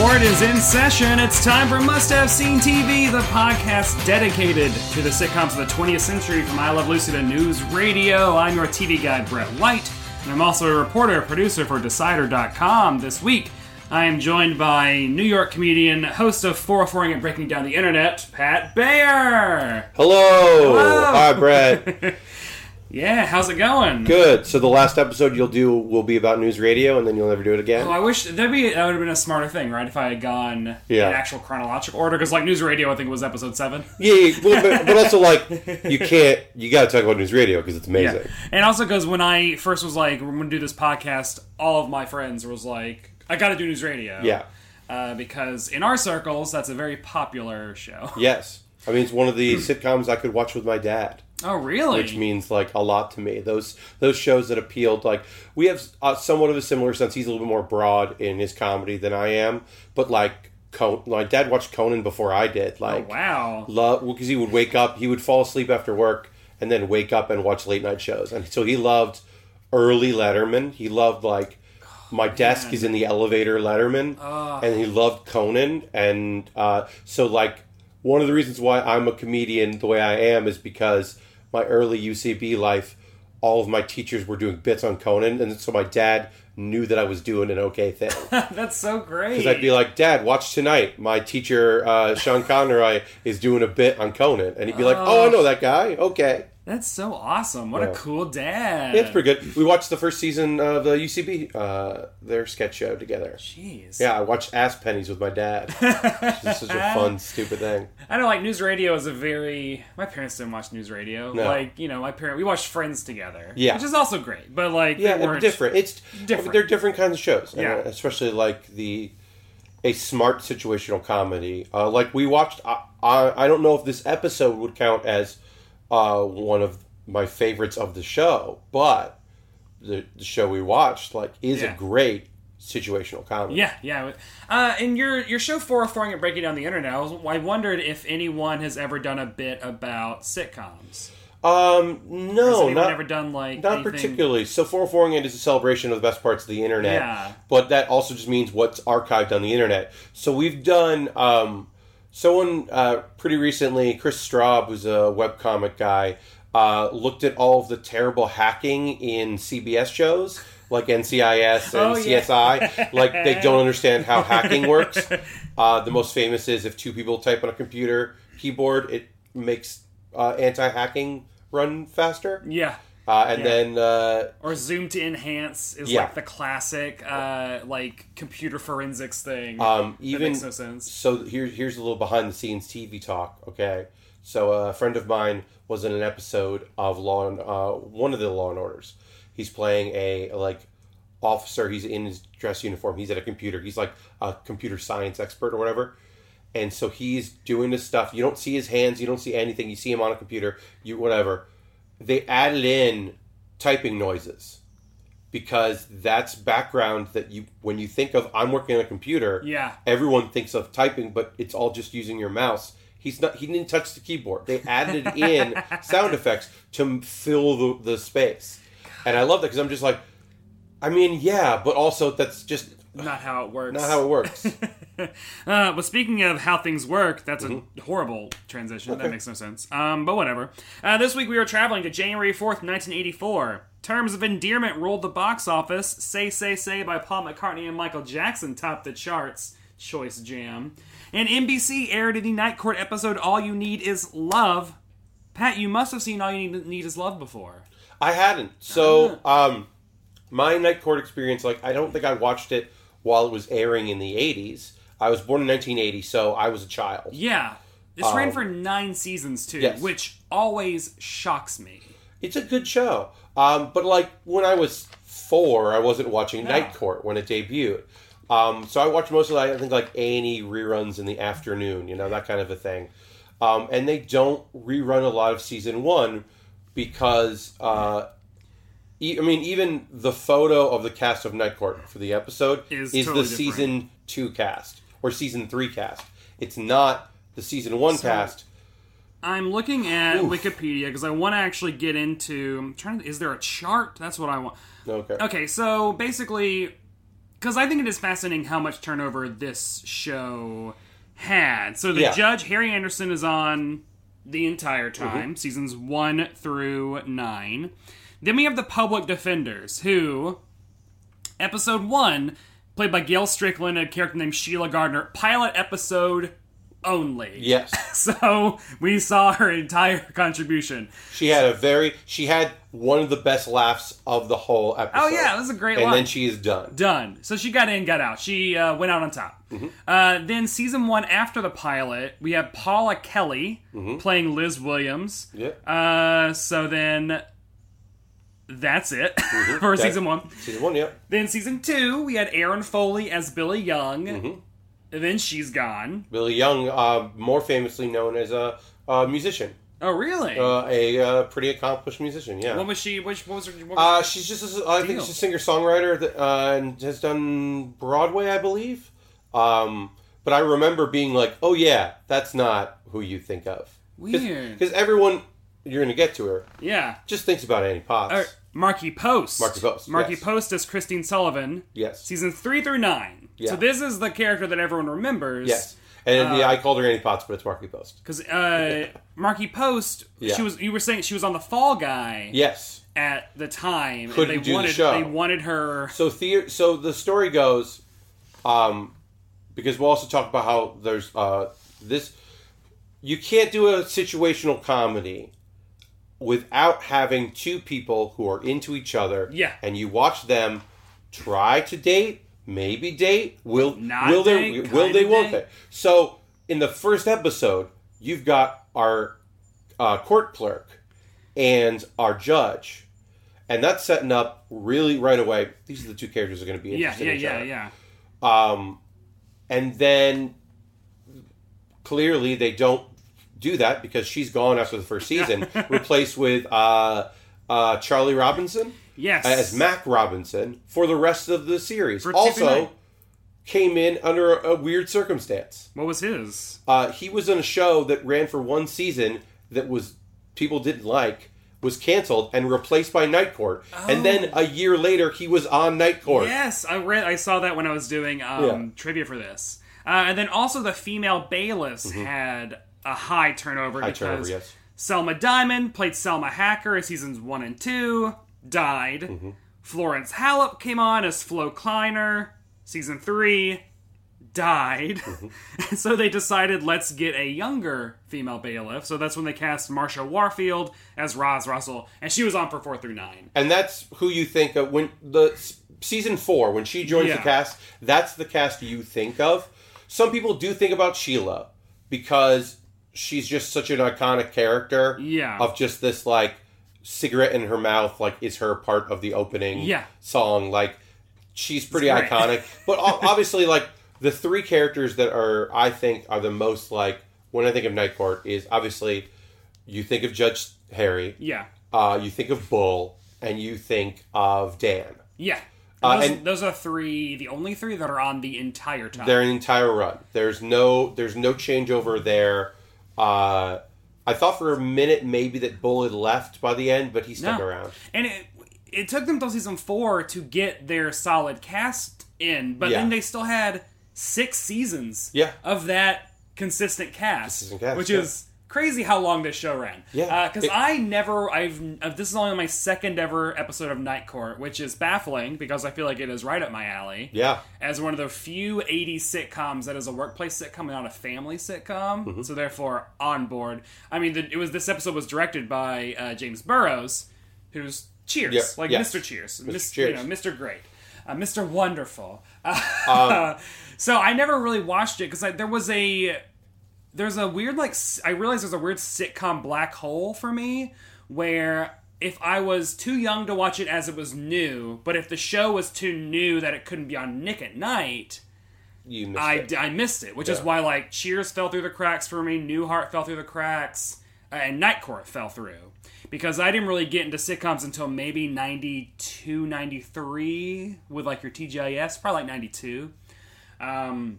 Court is in session. It's time for Must Have Seen TV, the podcast dedicated to the sitcoms of the 20th century from I Love Lucy to News Radio. I'm your TV guy, Brett White, and I'm also a reporter, producer for Decider.com. This week, I am joined by New York comedian, host of 404ing and Breaking Down the Internet, Pat Bayer. Hello. Hi, Brett. Yeah, how's it going? Good. So the last episode you'll do will be about news radio, and then you'll never do it again. Well, Oh, I wish that'd be that would have been a smarter thing, right? If I had gone Yeah. in actual chronological order, because like news radio, I think was episode seven. Yeah, yeah, well, but, but also like you can't. You got to talk about news radio because it's amazing. And also because when I first was like, we're going to do this podcast, all of my friends was like, I got to do news radio. Yeah. Uh, because in our circles, that's a very popular show. Yes. I mean, it's one of Hmm. the sitcoms I could watch with my dad, Oh, really? which means like a lot to me. Those those shows that appealed like we have uh, somewhat of a similar sense. He's a little bit more broad in his comedy than I am, but like. Con- my dad watched Conan before I did. Like, Oh, wow. love because he would wake up he would fall asleep after work and then wake up and watch late night shows and so he loved early letterman he loved like my desk is in the elevator letterman and he loved conan and uh, so like one of the reasons why i'm a comedian the way i am is because my early ucb life all of my teachers were doing bits on conan and so my dad knew that i was doing an okay thing That's so great. because I'd be like, Dad, watch tonight. My teacher, uh, Sean Conroy, is doing a bit on Conan. And he'd be like, Oh, I know that guy. Okay. that's so awesome. What a cool dad. It's pretty good. We watched the first season of the UCB, uh, their sketch show together. Jeez. Yeah, I watched Ass Pennies with my dad. It's such a fun, stupid thing. I know, like, news radio is a very. My parents didn't watch news radio. No. Like, you know, my parent. We watched Friends together. Yeah. Which is also great. But, like, Yeah, they they're weren't. different. It's Different. They're different kinds of shows. And, Yeah. uh, especially like the a smart situational comedy. Uh, like we watched. I, I I don't know if this episode would count as uh, one of my favorites of the show, but the, the show we watched like is Yeah. a great situational comedy. Yeah, yeah. Uh, and your your show 404ing and breaking down the internet. I, was, I wondered if anyone has ever done a bit about sitcoms. Um. Has No. anyone Not ever done like Not anything- particularly. So 404ing it is a celebration of the best parts of the internet. Yeah. But that also just means what's archived on the internet. So we've done um, someone uh, pretty recently, Chris Straub, who's a webcomic guy, uh, looked at all of the terrible hacking in CBS shows. Like NCIS Oh, and yeah. CSI, like they don't understand how hacking works. Uh, the most famous is if two people type on a computer keyboard, it makes uh, anti-hacking run faster. Yeah. Uh, and then uh, Or Zoom to Enhance is Yeah. like the classic uh, like computer forensics thing. um, even makes no sense. so, here's here's a little behind the scenes TV talk. Okay, so uh, a friend of mine was in an episode of Law and uh, one of the Law and Orders. He's playing a like officer. He's in his dress uniform. He's at a computer. He's like a computer science expert or whatever. And so he's doing this stuff. You don't see his hands. You don't see anything. You see him on a computer. You whatever. They added in typing noises because that's background that you when you think of I'm working on a computer. Yeah. Everyone thinks of typing, but it's all just using your mouse. He's not. He didn't touch the keyboard. They added in sound effects to m- fill the, the space, and I love that because I'm just like, I mean, yeah, but also that's just Not how it works. Not how it works. Uh, but speaking of how things work, that's a horrible transition. That makes no sense. Um, but whatever. Uh, this week we were traveling to January 4th, 1984. Terms of Endearment ruled the box office. Say, Say, Say by Paul McCartney and Michael Jackson topped the charts. Choice Jam. And NBC aired in the Night Court episode All You Need Is Love. Pat, you must have seen All You Need, Need Is Love before. I hadn't. So, um, my night court experience, like, I don't think I watched it while it was airing in the 80s. I was born in 1980, so I was a child. Yeah. This ran for nine seasons, too, Yes. which always shocks me. It's a good show. Um, but, like, when I was four, I wasn't watching Night Court when it debuted. Um, so I watched most of, I think, like A&E reruns in the afternoon, you know, that kind of a thing. Um, and they don't rerun a lot of season one because uh, e- I mean, even the photo of the cast of Night Court for the episode Is is, totally the different. season two cast or season three cast. It's not the season one cast. I'm looking at Wikipedia because I want to actually get into. I'm trying. To, is there a chart? That's what I want. Okay. Okay, so basically, because I think it is fascinating how much turnover this show had. So the Yeah. judge Harry Anderson is on the entire time, seasons one through nine. Then we have the public defenders, who episode one, played by Gail Strickland, a character named Sheila Gardner, pilot episode only. Yes, So we saw her entire contribution. she had a very she had one of the best laughs of the whole episode. Oh, yeah, it was a great And line. then she is done. Done. So she got in, got out. She uh, went out on top. Mm-hmm. Uh, then season one after the pilot, we have Paula Kelly Mm-hmm. playing Liz Williams. Yeah. Uh, so then that's it for That- season one. Season one. Yep. Then season two, we had Aaron Foley as Billy Young. Mm-hmm. And then she's gone. Billy Young, uh, more famously known as a, a musician, Oh, really? uh, a uh, pretty accomplished musician. Yeah. what was she? Which, what was her? What was Uh, she's just, a, I Deal. think she's a singer songwriter that uh, and has done Broadway, I believe. Um, but I remember being like, oh yeah, that's not who you think of. Weird. Because everyone, you're going to get to her, yeah. just thinks about Annie Potts. Or Marky Post. Marky Post, Marky yes. Post as Christine Sullivan. Yes. Season three through nine. Yeah. So this is the character that everyone remembers. Yes. And Uh, yeah, I called her Annie Potts, but it's Marky Post. Because uh, Marky Post, Yeah. she was. You were saying she was on the Fall Guy Yes. at the time. and Couldn't they do the wanted, show. They wanted her. So the so the story goes, um, because we'll also talk about how there's uh, this. You can't do a situational comedy without having two people who are into each other. Yeah. and you watch them try to date, maybe date. Will Not will date, they will they kinda won't date. they? So in the first episode, you've got our uh, court clerk and our judge. And that's setting up really right away. These are the two characters that are going to be Yeah, interested yeah, in each yeah, other. yeah. And then clearly they don't do that because she's gone after the first season, replaced with uh, uh, Charlie Robinson Yes. as Mac Robinson for the rest of the series. For Tiffany also Knight. came in under a, a weird circumstance. what was his? Uh, he was on a show that ran for one season that was people didn't like was canceled and replaced by Night Court. And then a year later, he was on Night Court. Yes, I read. I saw that when I was doing um, Yeah. trivia for this. Uh, and then also the female bailiffs had a high turnover Mm-hmm. High because turnover, yes. Selma Diamond played Selma Hacker in seasons one and two, died. Mm-hmm. Florence Hallop came on as Flo Kleiner, season three, died. Mm-hmm. so they decided let's get a younger female bailiff. So that's when they cast Marsha Warfield as Roz Russell, and she was on for four through nine. And that's who you think of when the s- season four when she joins Yeah. the cast. That's the cast you think of. Some people do think about Sheila because she's just such an iconic character. Yeah. Of just this like cigarette in her mouth, like is her part of the opening Yeah. song. Like she's pretty great. iconic. But o- obviously, like the three characters that are I think are the most like when I think of Night Court is obviously you think of Judge Harry Yeah, uh, you think of Bull, and you think of Dan. yeah. Uh, those, and- those are three, the only three that are on the entire time. They're an entire run. There's no there's no changeover there. Uh, I thought for a minute maybe that Bull had left by the end, but he stuck No. around. And it, it took them till season four to get their solid cast in, but Yeah. then they still had six seasons Yeah. of that consistent cast, Consistent cast, which yeah. is crazy how long this show ran. Uh, Yeah. because It- I never, I've uh, this is only my second ever episode of Night Court, which is baffling because I feel like it is right up my alley. Yeah. as one of the few '80s sitcoms that is a workplace sitcom and not a family sitcom, Mm-hmm. so therefore on board. I mean, the, it was this episode was directed by uh, James Burrows, who's Cheers, Yeah, like yes. Mr. Cheers, Mr. Cheers. you know, Mr. Great, uh, Mr. Wonderful. Uh, so I never really watched it because there was a there's a weird like s- I realized there's a weird sitcom black hole for me where if I was too young to watch it as it was new, but if the show was too new that it couldn't be on Nick at Night, You missed I, it. I missed it, which is why like Cheers fell through the cracks for me, Newhart fell through the cracks, uh, and Night Court fell through because I didn't really get into sitcoms until maybe 92, 93 with like your TGIS, probably like 92. Um,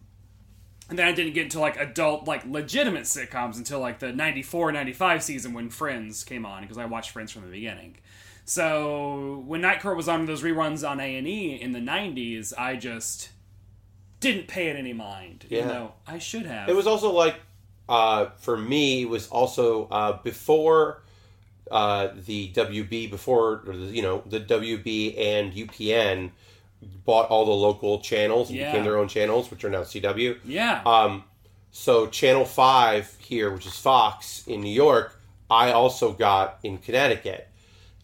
and then I didn't get into like adult, like legitimate sitcoms until like the 94, 95 season when Friends came on because I watched Friends from the beginning. So when Night Court was on those reruns on A and E in the 90s, I just didn't pay it any mind. Yeah. You know, I should have. It was also like uh, for me it was also uh, before uh, the WB before or the, you know the WB and UPN bought all the local channels and Yeah. became their own channels, which are now CW. yeah. Uh, So Channel Five here, which is Fox in New York, I also got in Connecticut,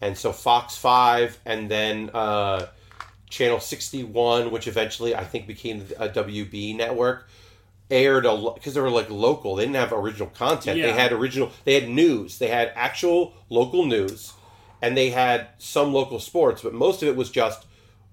and so Fox Five, and then uh, Channel Sixty One, which eventually I think became a WB network, aired a because they were like local. They didn't have original content. They Yeah. had original. They had news. They had actual local news, and they had some local sports, but most of it was just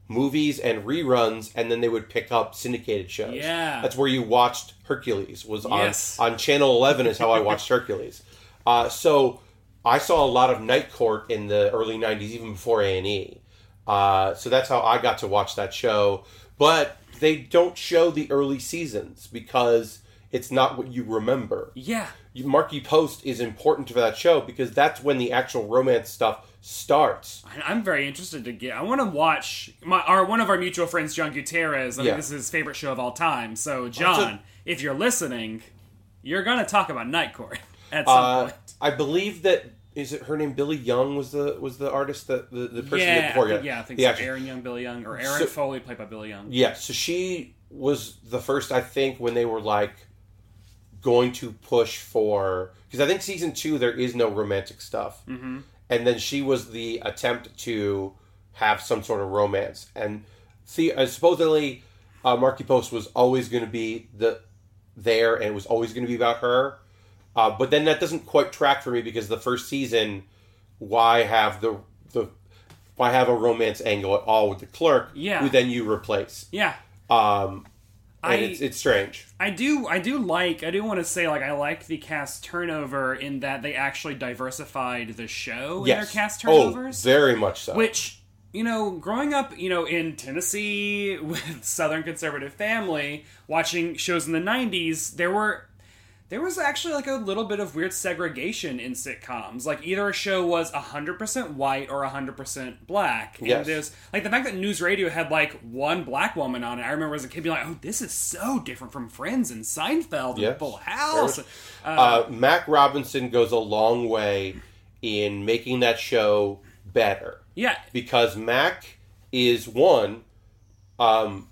movies and reruns, and then they would pick up syndicated shows. Yeah. that's where you watched Hercules was on Yes. on channel 11 is how i watched hercules uh, so i saw a lot of night court in the early 90s even before a&e uh, so that's how i got to watch that show but they don't show the early seasons because it's not what you remember yeah. You- marky post is important for that show because that's when the actual romance stuff starts And I'm very interested to get. I want to watch my our one of our mutual friends, John Gutierrez. I Yeah. mean, this is his favorite show of all time. So, John, if you're listening, you're gonna talk about Night Court at some uh, point. i believe that is it her name billy young was the was the artist that the, the person Yeah, that before I think, yeah, I think the so. actress. Aaron Young, Billy Young, or Aaron So- Foley, played by Billy Young. Yeah, so she was the first, I think, when they were like going to push for because I think season two there is no romantic stuff, mm-hmm. and then she was the attempt to have some sort of romance, and see, uh, supposedly uh, Marky Post was always going to be the there, and it was always going to be about her, uh, but then that doesn't quite track for me because the first season, why have the the why have a romance angle at all with the clerk? Yeah. who then you replace. Yeah. Um, and I- it's, it's strange. I do, I do like, I do want to say, like, I like the cast turnover in that they actually diversified the show in Yes. their cast Oh, turnovers. very much so. Which, you know, growing up, you know, in Tennessee with Southern conservative family, watching shows in the 90s, there were there was actually like a little bit of weird segregation in sitcoms. Like either a show was 100% white or 100% black. And Yes. there's like the fact that news radio had like one black woman on it. I remember as a kid being like, "Oh, this is so different from Friends and Seinfeld and Yes. Full House." Very much. uh, Mac Robinson goes a long way in making that show better Yeah. because Mac is one, um,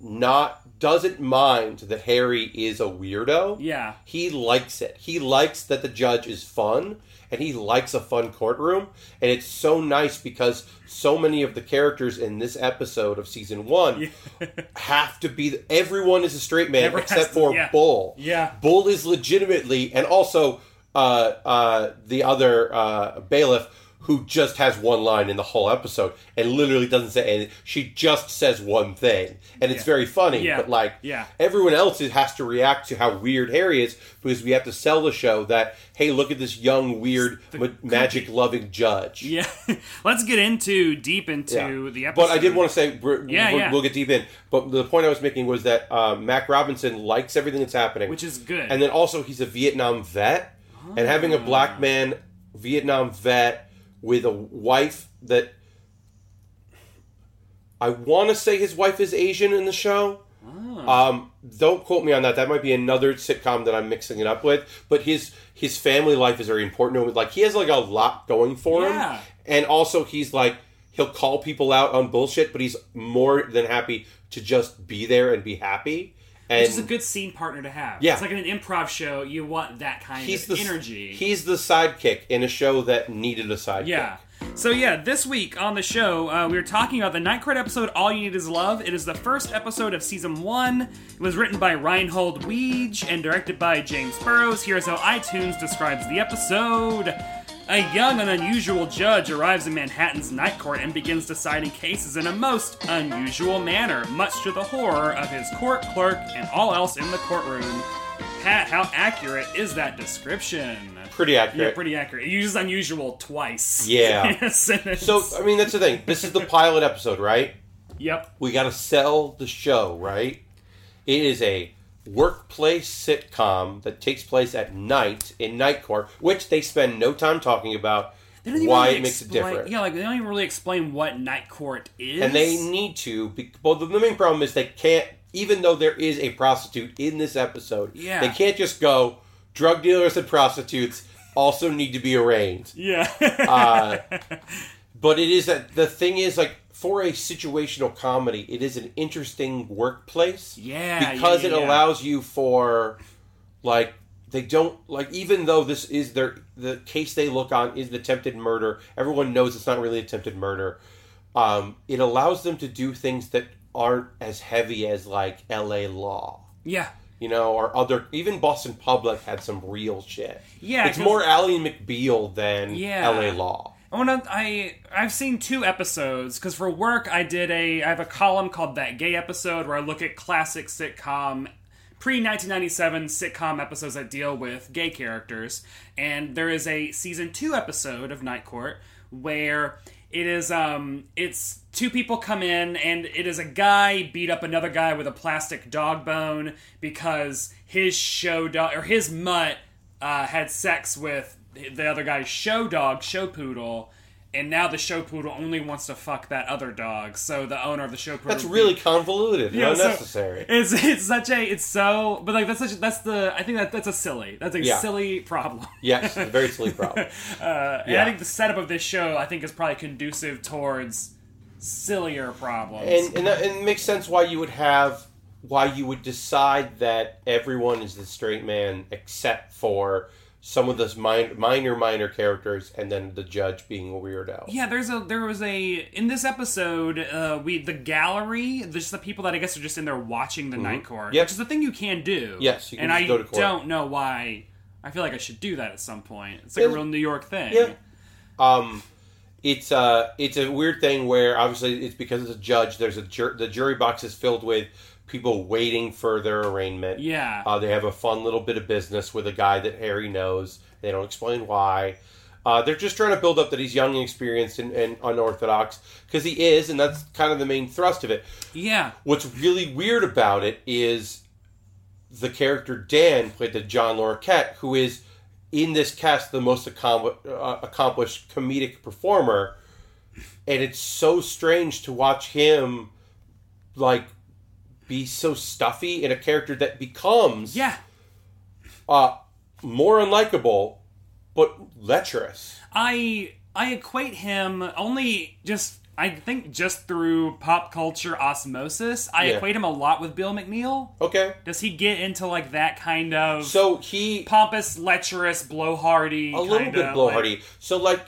not doesn't mind that Harry is a weirdo. Yeah. he likes it. He likes that the judge is fun, and he likes a fun courtroom. And it's so nice because so many of the characters in this episode of season one have to be. Everyone is a straight man Everyone has except to- for yeah. Bull. Yeah. Bull is legitimately, and also uh, uh, the other uh, bailiff who just has one line in the whole episode and literally doesn't say anything. She just says one thing, and it's very funny. Yeah. But like, Yeah. everyone else is- has to react to how weird Harry is because we have to sell the show that hey, look at this young, weird, ma- magic loving judge. Yeah. Let's get into deep into Yeah. the episode. But I did want to say, we're, Yeah, we're, yeah. we'll get deep in. But the point I was making was that uh, Mac Robinson likes everything that's happening, Which is good. And then also he's a Vietnam vet, and having a Ah. black man Vietnam vet with a wife that I want to say his wife is Asian in the show. Ah. Um, don't quote me on that. That might be another sitcom that I'm mixing it up with. But his his family life is very important to him. Like he has like a lot going for Yeah. him, and also he's like he'll call people out on bullshit, but he's more than happy to just be there and be happy. And Which is a good scene partner to have. Yeah. It's like in an improv show, you want that kind he's of the energy. He's the sidekick in a show that needed a sidekick. Yeah. So yeah, this week on the show, uh, we were talking about the Night Court episode "All You Need Is Love." It is the first episode of season one. It was written by Reinhold Weege and directed by James Burrows. Here's how iTunes describes the episode. A young and unusual judge arrives in Manhattan's night court and begins deciding cases in a most unusual manner, much to the horror of his court clerk and all else in the courtroom. Pat, how accurate is that description? Pretty accurate. Yeah, pretty accurate. It uses unusual twice. Yeah. in a sentence. So I mean, that's the thing. This is the pilot episode, right? yep. we got to sell the show, right? It is a workplace sitcom that takes place at night in Night Court, which they spend no time talking about why it makes it different. Yeah, like they don't even really explain what night court is. And they need to. be- Well, the main problem is they can't, even though there is a prostitute in this episode, Yeah. they can't just go, drug dealers and prostitutes also need to be arraigned. yeah, Uh, But it is that the thing is like for a situational comedy, it is an interesting workplace. Yeah, because yeah, yeah, it yeah. allows you for like they don't like even though this is their the case they look on is the attempted murder. Everyone knows it's not really attempted murder. Um, it allows them to do things that aren't as heavy as like L.A. law. yeah, You know, or other even Boston Public had some real shit. Yeah, it's 'cause- more Ally McBeal than Yeah. L.A. law. I want to. Oh, I I've seen two episodes because for work I did a I have a column called that gay episode where I look at classic sitcom pre 1997 sitcom episodes that deal with gay characters and there is a season 2 episode of Night Court where it is um it's two people come in and it is a guy beat up another guy with a plastic dog bone because his show dog or his mutt uh, had sex with the other guy's show dog, show poodle, and now the show poodle only wants to fuck that other dog. So the owner of the show poodle That's really convoluted and Yeah, so unnecessary. It's it's such a it's so but like that's such that's the I think that that's a silly that's a Yeah. silly problem. yes, a very silly problem. And Yeah. I think the setup of this show I think is probably conducive towards sillier problems. and and, that, and it makes sense why you would have why you would decide that everyone is the straight man except for some of those minor minor minor characters and then the judge being a weirdo. Yeah, there's a there was a in this episode uh, we the gallery there's the people that I guess are just in there watching the night court, Mm-hmm. Yep. which is the thing you can do. Yes, you can and just I go to court. don't know why. I feel like I should do that at some point. It's like a Yeah. real New York thing. Yeah. Um it's uh it's a weird thing where obviously it's because it's a judge there's a jur- the jury box is filled with people waiting for their arraignment. Yeah. Uh, they have a fun little bit of business with a guy that Harry knows. They don't explain why. Uh, they're just trying to build up that he's young and experienced and, and unorthodox because he is, and that's kind of the main thrust of it. yeah. What's really weird about it is the character Dan, played by John Lorquette, who is in this cast the most accom- uh, accomplished comedic performer, and it's so strange to watch him like be so stuffy in a character that becomes Yeah. uh, more unlikable but lecherous. I I equate him only just I think just through pop culture osmosis. I Yeah. equate him a lot with Bill McNeil. Okay, Does he get into like that kind of so he pompous, lecherous, blowhardy? a little bit blowhardy. so like,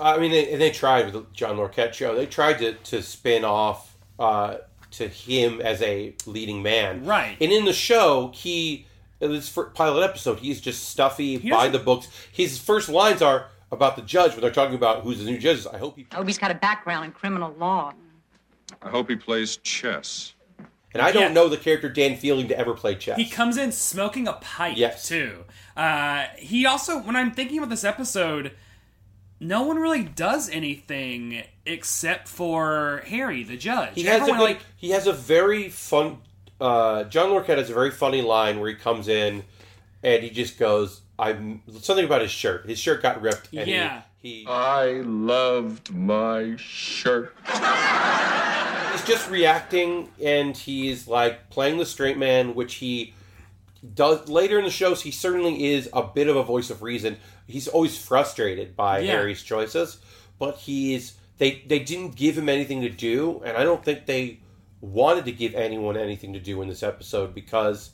I mean, they, and they tried with the John Lorquette show. They tried to to spin off uh, to him as a leading man, Right. And in the show, he in this fir- pilot episode, he's just stuffy by doesn't- the books. His first lines are about the judge when they're talking about who's the new judge. I hope he I hope he's got a background in criminal law. I hope he plays chess. and I don't Yeah. know the character Dan Fielding to ever play chess. He comes in smoking a pipe Yes. too. Uh, he also, when I'm thinking about this episode, no one really does anything except for Harry, the judge. He has a Everyone good, like he has a very fun. Uh, John Lorcat has a very funny line where he comes in and he just goes, "I'm something about his shirt. His shirt got ripped." And he- Yeah. He, I loved my shirt. he's he's just reacting and he's like playing the straight man which he does later in the shows he certainly is a bit of a voice of reason he's always frustrated by Yeah. harry's choices but he's they they didn't give him anything to do and i don't think they wanted to give anyone anything to do in this episode because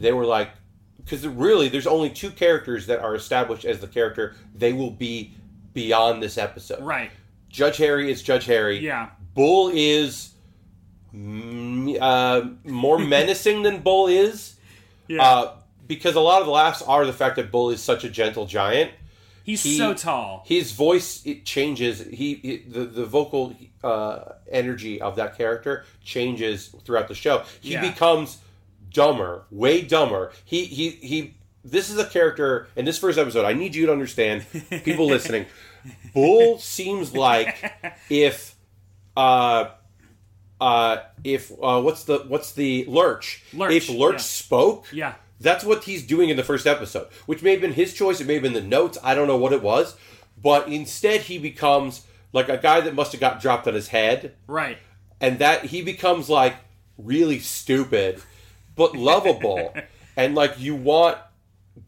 they were like because really there's only two characters that are established as the character they will be beyond this episode Right. Judge Harry is Judge Harry. Yeah. Bull is mm, uh, more menacing than Bull is Yeah. uh, because a lot of the laughs are the fact that Bull is such a gentle giant. He's Uh, he- so tall. His voice it changes. He, he the the vocal uh, energy of that character changes throughout the show. He Yeah. becomes dumber, way dumber. He he he. This is a character in this first episode. I need you to understand, people listening. Bull seems like if uh uh if uh what's the what's the lurch? Lurch, If Lurch yeah. spoke, Yeah. that's what he's doing in the first episode, which may have been his choice. It may have been the notes. I don't know what it was, but instead he becomes like a guy that must have got dropped on his head, right. and that he becomes like really stupid, but lovable, and like you want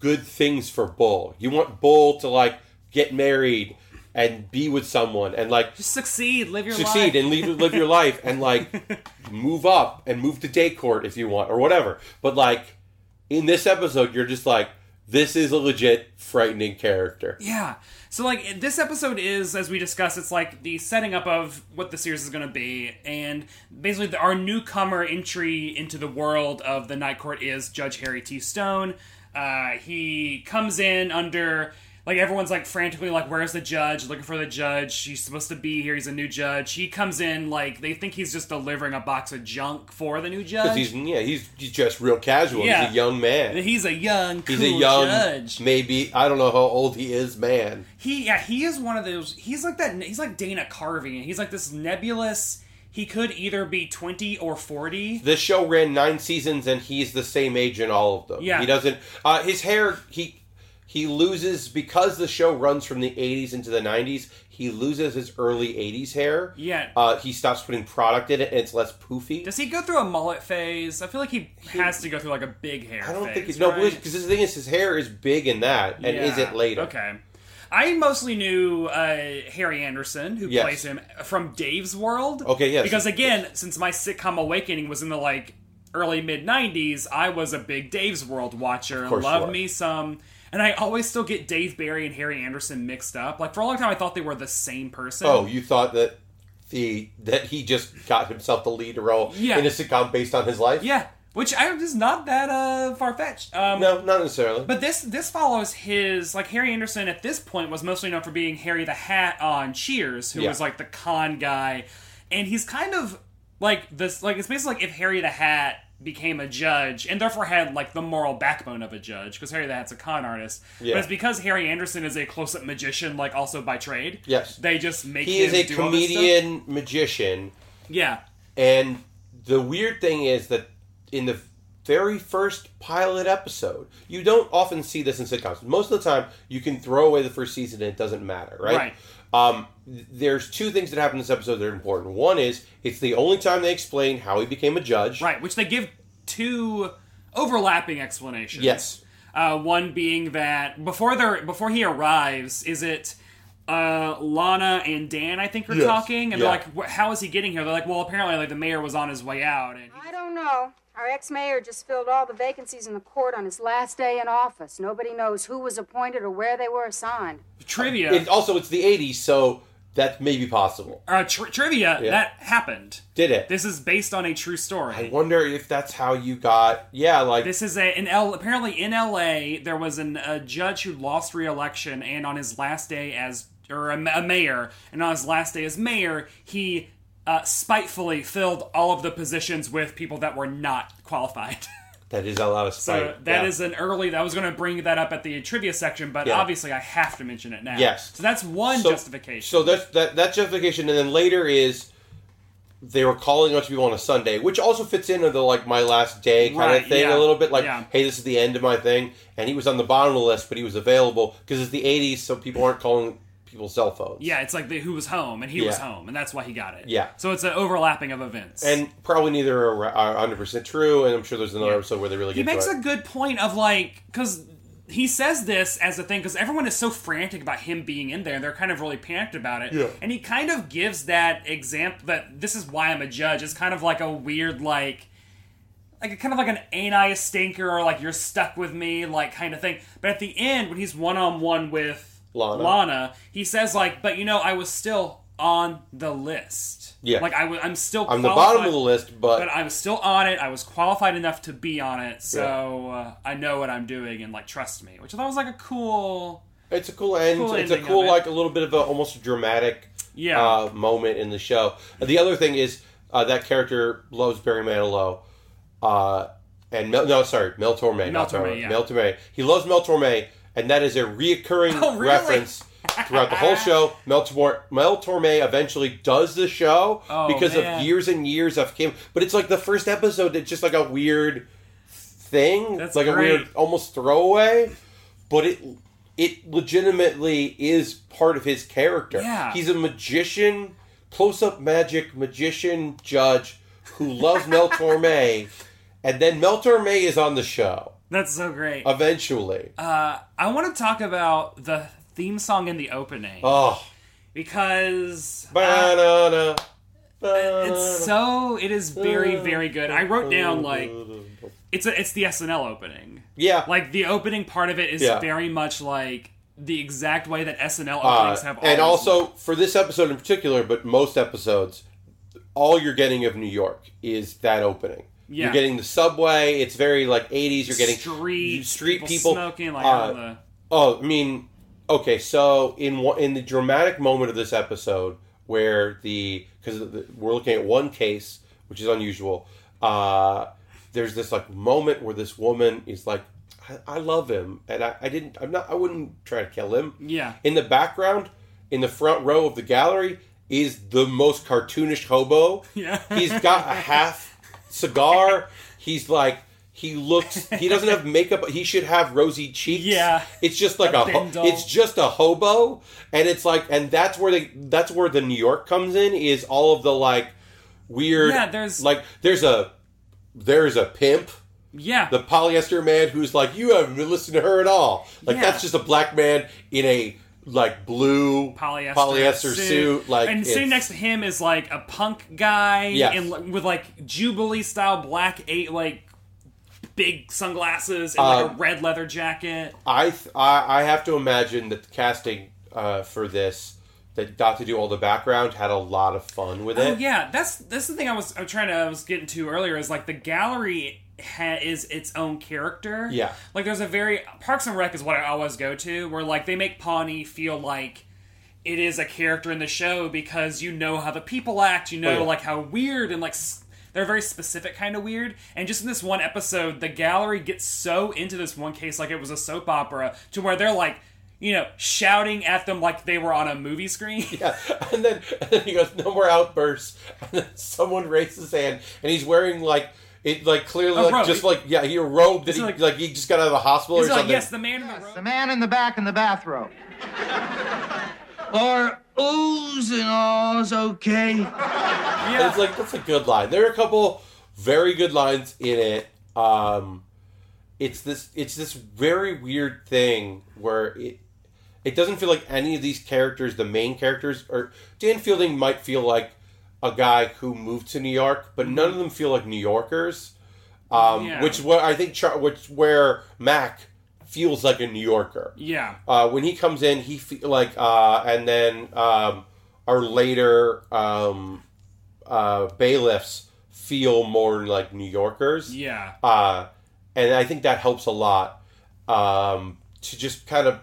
good things for Bull. You want Bull to like get married and be with someone, and like Just succeed. Live your life. succeed and leave, live your life and like move up and move to day court if you want or whatever. But like in this episode, you're just like, this is a legit frightening character. Yeah. So like it- this episode is, as we discussed, it's like the setting up of what the series is going to be, and basically the, our newcomer entry into the world of the Night Court is Judge Harry T. Stone. Uh, he comes in under like everyone's like frantically like where's the judge looking for the judge he's supposed to be here he's a new judge he comes in like they think he's just delivering a box of junk for the new judge 'Cause He's yeah, he's he's just real casual. Yeah. He's a young man. he's a young cool He's a young, judge maybe I don't know how old he is, man. He yeah, he is one of those. He's like that. He's like Dana Carvey. He's like this nebulous. He could either be twenty or forty. The show ran nine seasons, and he's the same age in all of them. Yeah. he doesn't. Uh, his hair he he loses because the show runs from the '80s into the '90s. He loses his early '80s hair. Yeah. uh, he stops putting product in it, and it's less poofy. Does he go through a mullet phase? I feel like he, has to go through like a big hair. I don't think phase, he's no right? because the thing is his hair is big in that, and Yeah. isn't later. Okay. I mostly knew uh, Harry Anderson, who Yes. plays him from Dave's World. Okay, yes. Because again, since my sitcom Awakening was in the like early mid '90s, I was a big Dave's World watcher. course you Love were. me some, and I always still get Dave Barry and Harry Anderson mixed up. Like for a long time, I thought they were the same person. Oh, you thought that the that he just got himself the lead role Yeah. in a sitcom based on his life? yeah. Which I was not that uh, far fetched. Um, no, not necessarily. But this this follows his like Harry Anderson at this point was mostly known for being Harry the Hat on Cheers, who Yeah. was like the con guy, and he's kind of like this like it's basically like if Harry the Hat became a judge and therefore had like the moral backbone of a judge because Harry the Hat's a con artist. Yeah. But it's because Harry Anderson is a close up magician, like also by trade. Yes. they just make he is him a do all this stuff. comedian magician. Yeah, And the weird thing is that in the very first pilot episode, you don't often see this in sitcoms. Most of the time, you can throw away the first season and it doesn't matter, right? Um, th- there's two things that happen in this episode that are important. One is it's the only time they explain how he became a judge. right. Which they give two overlapping explanations. Yes. Uh, one being that before they're before he arrives, is it uh, Lana and Dan? I think are Yes. talking, and Yeah. they're like, "Wh- "How is he getting here?" They're like, "Well, apparently, like the mayor was on his way out." And Uh, I don't know. Our ex-mayor just filled all the vacancies in the court on his last day in office. Nobody knows who was appointed or where they were assigned. trivia, It, also, it's the 80s, so that may be possible. uh, tr- trivia that happened. Did it? This is based on a true story. I wonder if that's how you got. Yeah, like. This is a in L. Apparently, in L.A., there was an, a judge who lost re-election, and on his last day as or a, ma- a mayor, and on his last day as mayor, he uh, spitefully filled all of the positions with people that were not qualified. that is a lot of so spite. that Yeah. is an early. I was going to bring that up at the trivia section, but Yeah. obviously, I have to mention it now. Yes. So that's one So- justification. So that's that that justification, and then later is they were calling out to people on a Sunday, which also fits into the like my last day kind Right, of thing yeah, a little bit. Like, yeah. hey, this is the end of my thing, and he was on the bottom of the list, but he was available because it's the '80s, so people aren't calling people's cell phones. Yeah, it's like the, who was home and he was Yeah. home, and that's why he got it. Yeah. So it's an overlapping of events. and probably neither are are 100 percent true. And I'm sure there's another episode where they really he get makes to a it. good point of like because he says this as a thing because everyone is so frantic about him being in there and they're kind of really panicked about it Yeah. and he kind of gives that example that this is why i'm a judge it's kind of like a weird like like kind of like an ain't I a stinker or like you're stuck with me like kind of thing. But at the end, when he's one on one with Lana. he says like, "But you know, I was still on the list. Yeah. like I was, I'm still I'm the qualified- bottom of the list, but- but I'm still on it. I was qualified enough to be on it, so uh, I know what I'm doing and like trust me." Which I thought was like a cool. It's a cool end. cool it's a ending cool, of it. like a little bit of a almost dramatic Yeah. uh, moment in the show. The other thing is uh, that character loves Barry Manilow. Uh, and Mel, no, sorry, Mel Torme. not Mel Torme, Torme, yeah. Mel Torme. He loves Mel Torme, and that is a reoccurring Oh, really? reference throughout the whole show. Mel, Tor- Mel Torme eventually does the show Oh, because man. of years and years of him. But it's like the first episode. It's just like a weird thing. That's like a great. weird almost throwaway, but it it legitimately is part of his character. Yeah. He's a magician, close up magic magician judge who loves Mel Torme. And then Mel Torme is on the show That's so great. Uh, eventually. Uh, I want to talk about the theme song in the opening oh. because uh, Banana. It's so it is very very good. I wrote down like it's a, it's the SNL opening. yeah. Like the opening part of it is Yeah. very much like the exact way that SNL Uh, openings have and always- also for this episode in particular, but most episodes, all you're getting of New York is that opening. Yeah. You're getting the subway. It's very like 80s. You're getting street street people, smoking like Uh, on the Oh, I mean, okay. So in one- in the dramatic moment of this episode, where the because we're looking at one case, which is unusual. Uh, there's this like moment where this woman is like, I, I love him, and I, I didn't. I'm not. I wouldn't try to kill him. Yeah. In the background, in the front row of the gallery, is the most cartoonish hobo. Yeah. He's got a half cigar. He's like. He looks. He doesn't have makeup. He should have rosy cheeks. Yeah. It's just like A a, ho- bindle. it's just a hobo and it's like and that's where they that's where the New York comes in is all of the like weird Yeah, there's- like there's a there's a pimp yeah the polyester man who's like you haven't been listening to her at all like Yeah. that's just a black man in a like blue polyester, polyester suit. like and sitting it's- next to him is like a punk guy Yes. in like- with like jubilee style black eight like big sunglasses and Uh, like a red leather jacket. I, th- I I have to imagine that the casting uh, for this that got to do all the background had a lot of fun with Oh it yeah, that's that's the thing I was I'm trying to I was getting to earlier is like the gallery ha- is its own character. Yeah. like there's a very Parks and Rec is what I always go to where like they make Pawnee feel like it is a character in the show because you know how the people act, you know Oh, yeah. like how weird and like. s- They're very specific kind of weird, and just in this one episode, the gallery gets so into this one case like it was a soap opera to where they're like, you know, shouting at them like they were on a movie screen. and then, and then he goes, "No more outbursts." And then someone raises his hand, and he's wearing like it, like clearly, A like robe. just like yeah, he a robe that It's he like- like, he just got out of the hospital or He's like, something. yes, the man in the robe. The man in the back in the bathrobe. or oohs and ahs, okay? And it's like that's a good line. There are a couple very good lines in it. Um, it's this it's this very weird thing where it it doesn't feel like any of these characters, the main characters, or Dan Fielding might feel like a guy who moved to New York, but none of them feel like New Yorkers. Um, Yeah. Which what I think, Char- which where Mac feels like a New Yorker Yeah. uh, when he comes in, he fe- like, uh, and then um, our later um, uh, bailiffs feel more like New Yorkers, Yeah. uh, and I think that helps a lot um, to just kind of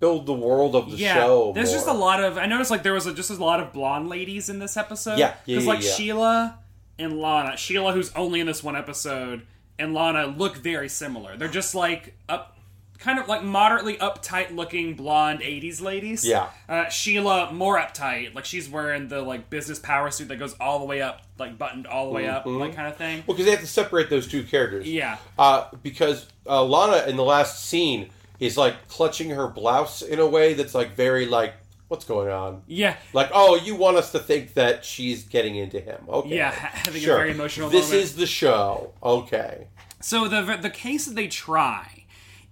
build the world of the yeah. show. There's just a more. lot of I noticed like there was a, just a lot of blonde ladies in this episode. Yeah, yeah, Because yeah, like yeah. Sheila and Lana, Sheila who's only in this one episode, and Lana look very similar. They're just like up kind of like moderately uptight looking blonde 80s ladies Yeah. uh, sheila more uptight like she's wearing the like business power suit that goes all the way up like buttoned all the way up Mm-hmm. like kind of thing because they have to separate those two characters. Yeah. Uh, because uh, Lana in the last scene is like clutching her blouse in a way that's like very like what's going on? Yeah. Like, oh, you want us to think that she's getting into him? Okay. Yeah, ha- having a Sure. very emotional This moment. is the show. Okay. So the the case that they try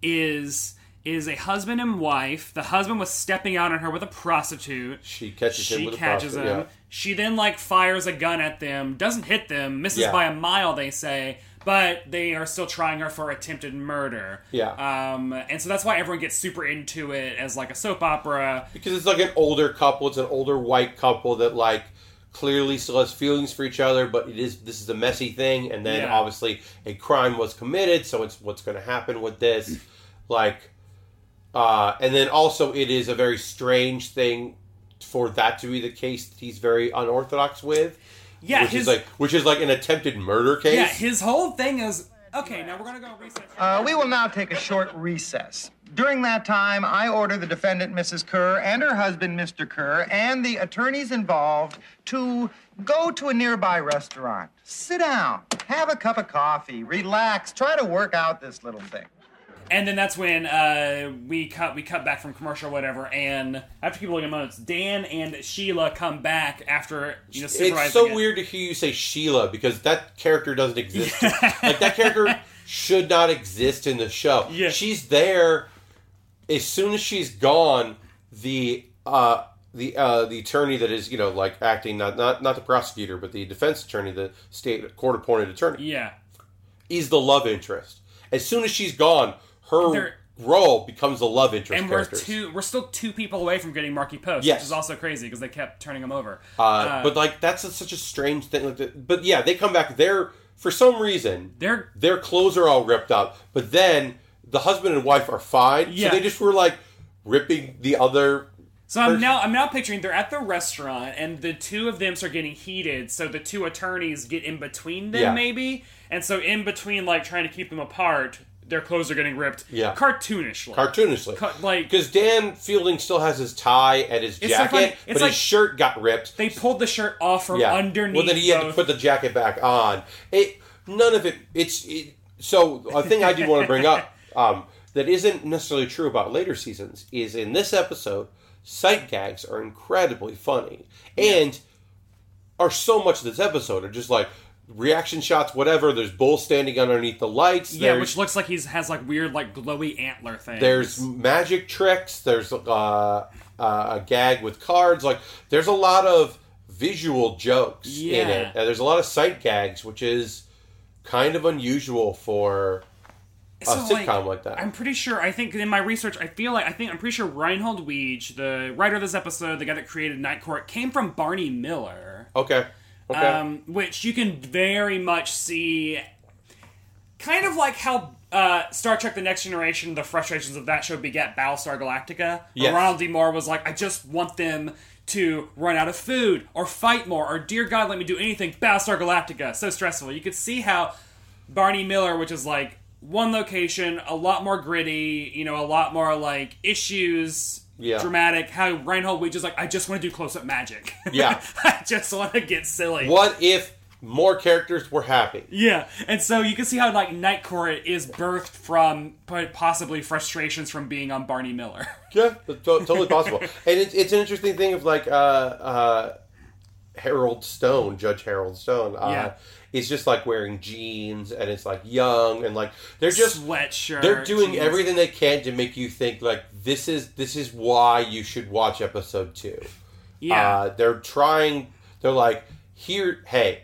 is is a husband and wife. The husband was stepping out on her with a prostitute. She catches him She with catches a him. prostitute, She then like fires a gun at them. Doesn't hit them. Misses Yeah. by a mile. They say. But they are still trying her for attempted murder. Yeah. yeah. Um, and so that's why everyone gets super into it as like a soap opera. because it's like an older couple. It's an older white couple that like clearly still has feelings for each other, but it is this is a messy thing. And then Yeah. obviously a crime was committed, so it's what's going to happen with this. Like, uh, and then also it is a very strange thing for that to be the case that he's very unorthodox with. Yeah, which his is like which is like an attempted murder case. yeah his whole thing is okay. Now we're gonna go research. Uh, we will now take a short recess. During that time, I order the defendant, Mrs. Kerr, and her husband, Mr. Kerr, and the attorneys involved to go to a nearby restaurant. Sit down, have a cup of coffee, relax, try to work out this little thing. And then that's when uh, we cut we cut back from commercial, or whatever. And I have to keep looking at my notes. Dan and Sheila come back after you know. it's supervising so it. weird to hear you say Sheila because that character doesn't exist. like that character should not exist in the show. Yeah. She's there as soon as she's gone, the uh the uh, the attorney that is you know like acting not, not not the prosecutor but the defense attorney the state court appointed attorney Yeah, is the love interest as soon as she's gone her They're- role becomes the love interest and we're characters. two we're still two people away from getting Marky Post, Yes. which is also crazy because they kept turning him over. Uh, but like that's a, such a strange thing. Like, that- but yeah, they come back. They're for some reason They're- their clothes are all ripped up. But then the husband and wife are fine. Yeah. So they just were like ripping the other. So I'm now I'm now picturing they're at the restaurant and the two of them start getting heated, so the two attorneys get in between them Yeah. maybe, and so in between like trying to keep them apart, their clothes are getting ripped. Yeah. cartoonish. Cartoonishly, Cut, like- because Dan Fielding still has his tie and his It's so jacket, funny. It's but like- his shirt got ripped. They pulled the shirt off from underneath. Well, then he had to both- put the jacket back on. It none of it. It's it, so a thing I do want to bring up um, that isn't necessarily true about later seasons is in this episode, sight gags are incredibly funny and are so much of this episode are just like reaction shots, whatever. There's bull standing underneath the lights. Yeah, there's, which looks like he's has like weird like glowy antler things. there's magic tricks. There's uh, uh, a gag with cards. Like there's a lot of visual jokes in Yeah. it. And there's a lot of sight gags, which is kind of unusual for a sitcom like that. I'm pretty sure. I think in my research, I feel like I think I'm pretty sure Reinhold Weege, the writer of this episode, the guy that created Night Court, came from Barney Miller, okay. Okay. um, which you can very much see, kind of like how. Uh, Star Trek: The Next Generation, the frustrations of that show begat Battlestar Galactica. Yes. Ronald D. Moore was like, "I just want them to run out of food, or fight more, or dear God, let me do anything." Battlestar Galactica, so stressful. You could see how Barney Miller, which is like one location, a lot more gritty, you know, a lot more like issues, Yeah. dramatic. How Reinhold Weege is like, I just want to do close up magic. Yeah. I just want to get silly. what if more characters were happy? Yeah, and so you can see how like Night Court is birthed from po- possibly frustrations from being on Barney Miller. Yeah, that's to- totally possible. and it's, it's an interesting thing of like uh, uh, Harold Stone, Judge Harold Stone. Uh, Yeah. Is just like wearing jeans and it's like young and like they're just sweatshirt. They're doing jeans. everything they can to make you think like this is this is why you should watch episode two. Yeah, Uh, they're trying. They're like, here, hey,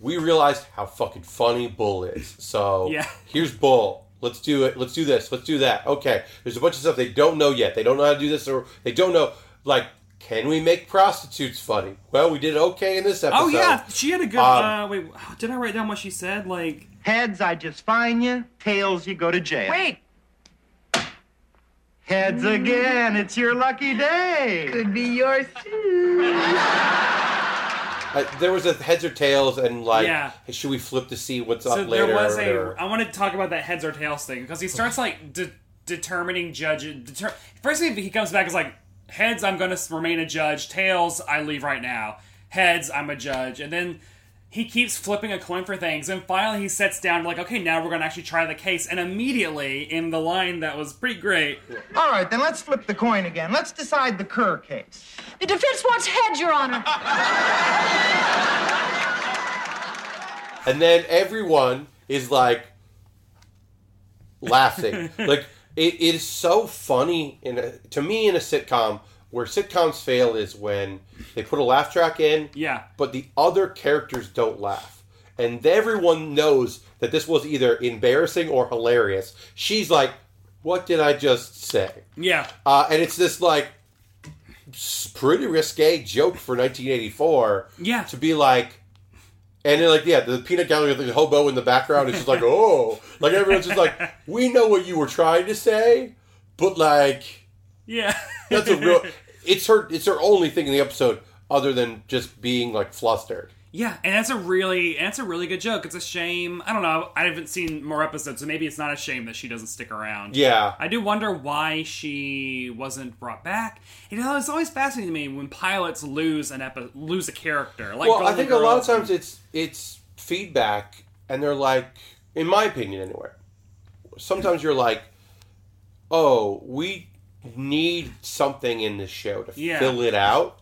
we realized how fucking funny Bull is. So Yeah. here's Bull. Let's do it. Let's do this. Let's do that. Okay. There's a bunch of stuff they don't know yet. They don't know how to do this, or they don't know like. Can we make prostitutes funny? Well, we did okay in this episode. Oh yeah, she had a good. um, uh, wait, did I write down what she said? Like, Heads, I just fine you. Tails, you go to jail. Wait, Heads again, it's your lucky day. could be yours too. Uh, there was a heads or tails, and like, Yeah. should we flip to see what's so up later? there was or a. whatever? I want to talk about that heads or tails thing because he starts like de- determining judges. Deter- First thing he comes back is like heads. I'm going to remain a judge. Tails, I leave right now. Heads, I'm a judge, and then. He keeps flipping a coin for things, and finally he sets down, like, okay, now we're gonna actually try the case. And immediately, in the line that was pretty great, All right, then let's flip the coin again. Let's decide the Kerr case. The defense wants head, Your Honor. And then everyone is like laughing. like it, it is so funny in a, to me in a sitcom where sitcoms fail is when they put a laugh track in, yeah, but the other characters don't laugh. And everyone knows that this was either embarrassing or hilarious. She's like, "What did I just say?" yeah, Uh, and it's this like s- pretty risque joke for 1984 yeah. to be like, and then like yeah, the peanut gallery with the hobo in the background is just like oh, like everyone's just like we know what you were trying to say, but like Yeah. that's a real. It's her. It's her only thing in the episode other than just being like flustered. Yeah, and that's a really and that's a really good joke. It's a shame. I don't know. I haven't seen more episodes, so maybe it's not a shame that she doesn't stick around. Yeah, I do wonder why she wasn't brought back. You know, it's always fascinating to me when pilots lose an epi- lose a character. Like, well, I Golden think a lot Girls. of times it's it's feedback, and they're like, in my opinion, anyway. Sometimes you're like, oh, we need something in this show to Yeah. fill it out.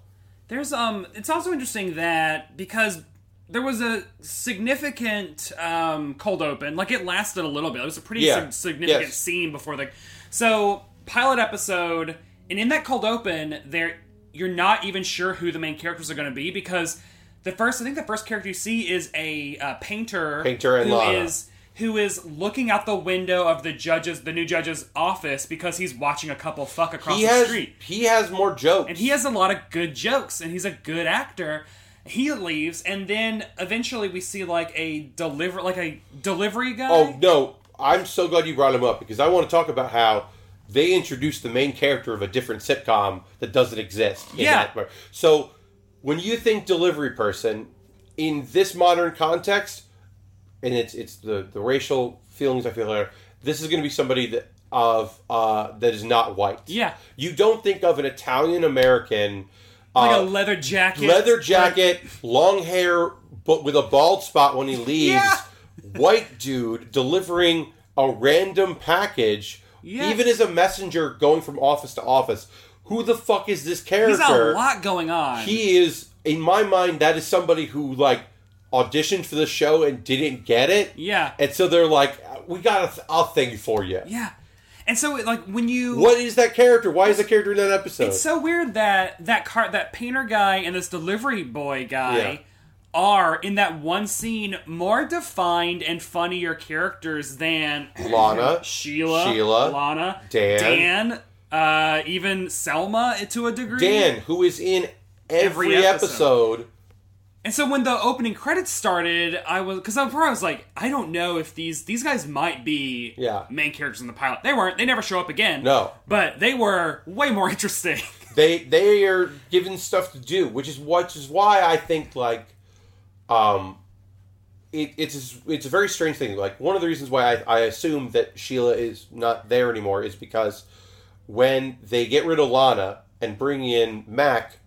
There's um it's also interesting that because there was a significant um cold open, like it lasted a little bit. It was a pretty Yeah. sig- significant Yes. scene before the So, pilot episode and in that cold open, there you're not even sure who the main characters are going to be because the first I think the first character you see is a uh, painter Painter and who Lana. is- who is looking out the window of the judge's the new judge's office because he's watching a couple fuck across He the has street he has more jokes. and he has a lot of good jokes and he's a good actor he leaves and then eventually we see like a deliver like a delivery guy Oh no! I'm so glad you brought him up because I want to talk about how they introduced the main character of a different sitcom that doesn't exist. in Yeah. that part. So when you think delivery person in this modern context, and it's it's the the racial feelings I feel there. This is going to be somebody that of uh, that is not white. Yeah. You don't think of an Italian American. like a Uh, leather jacket leather jacket, long hair, but with a bald spot when he leaves. Yeah. White dude delivering a random package, Yeah. even as a messenger going from office to office. Who the fuck is this character? he's got a lot going on He is, in my mind, that is somebody who like auditioned for the show and didn't get it. Yeah. and so they're like, "We got a, th- a thing for you." yeah and so like when you What is that character? Why is that character in that episode? It's so weird that that car, that painter guy, and this delivery boy guy Yeah. are in that one scene more defined and funnier characters than Lana, Sheila, Sheila, Lana, Dan. Dan, uh, even Selma to a degree. Dan, who is in every, Every episode. episode And so when the opening credits started, I was because I was like, I don't know if these these guys might be Yeah. main characters in the pilot. They weren't. They never show up again. No. but they were way more interesting. they they are given stuff to do, which is which is why I think like, um, it, it's it's a very strange thing. Like one of the reasons why I, I assume that Sheila is not there anymore is because when they get rid of Lana and bring in Mac,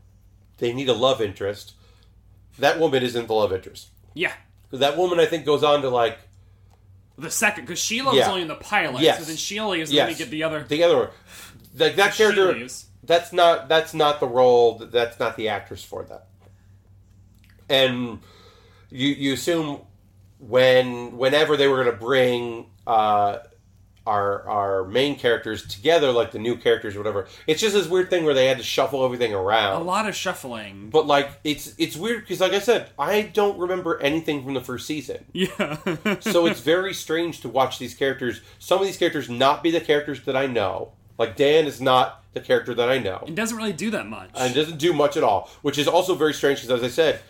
they need a love interest. That woman isn't the love interest. yeah. That woman, I think, goes on to like The second, because Sheila was Yeah. only in the pilot, so Yes. then Sheila leaves, and then yes, we get the other. the other one. Like that She character, leaves. that's not that's not the role that- that's not the actress for that and you you assume when whenever they were going to bring uh our our main characters together like the new characters or whatever it's just this weird thing where they had to shuffle everything A around lot of shuffling. but like it's it's weird because like i said i don't remember anything from the first season yeah. so it's very strange to watch these characters some of these characters not be the characters that i know like dan is not the character that i know it doesn't really do that much. and doesn't do much at all, which is also very strange because, as I said,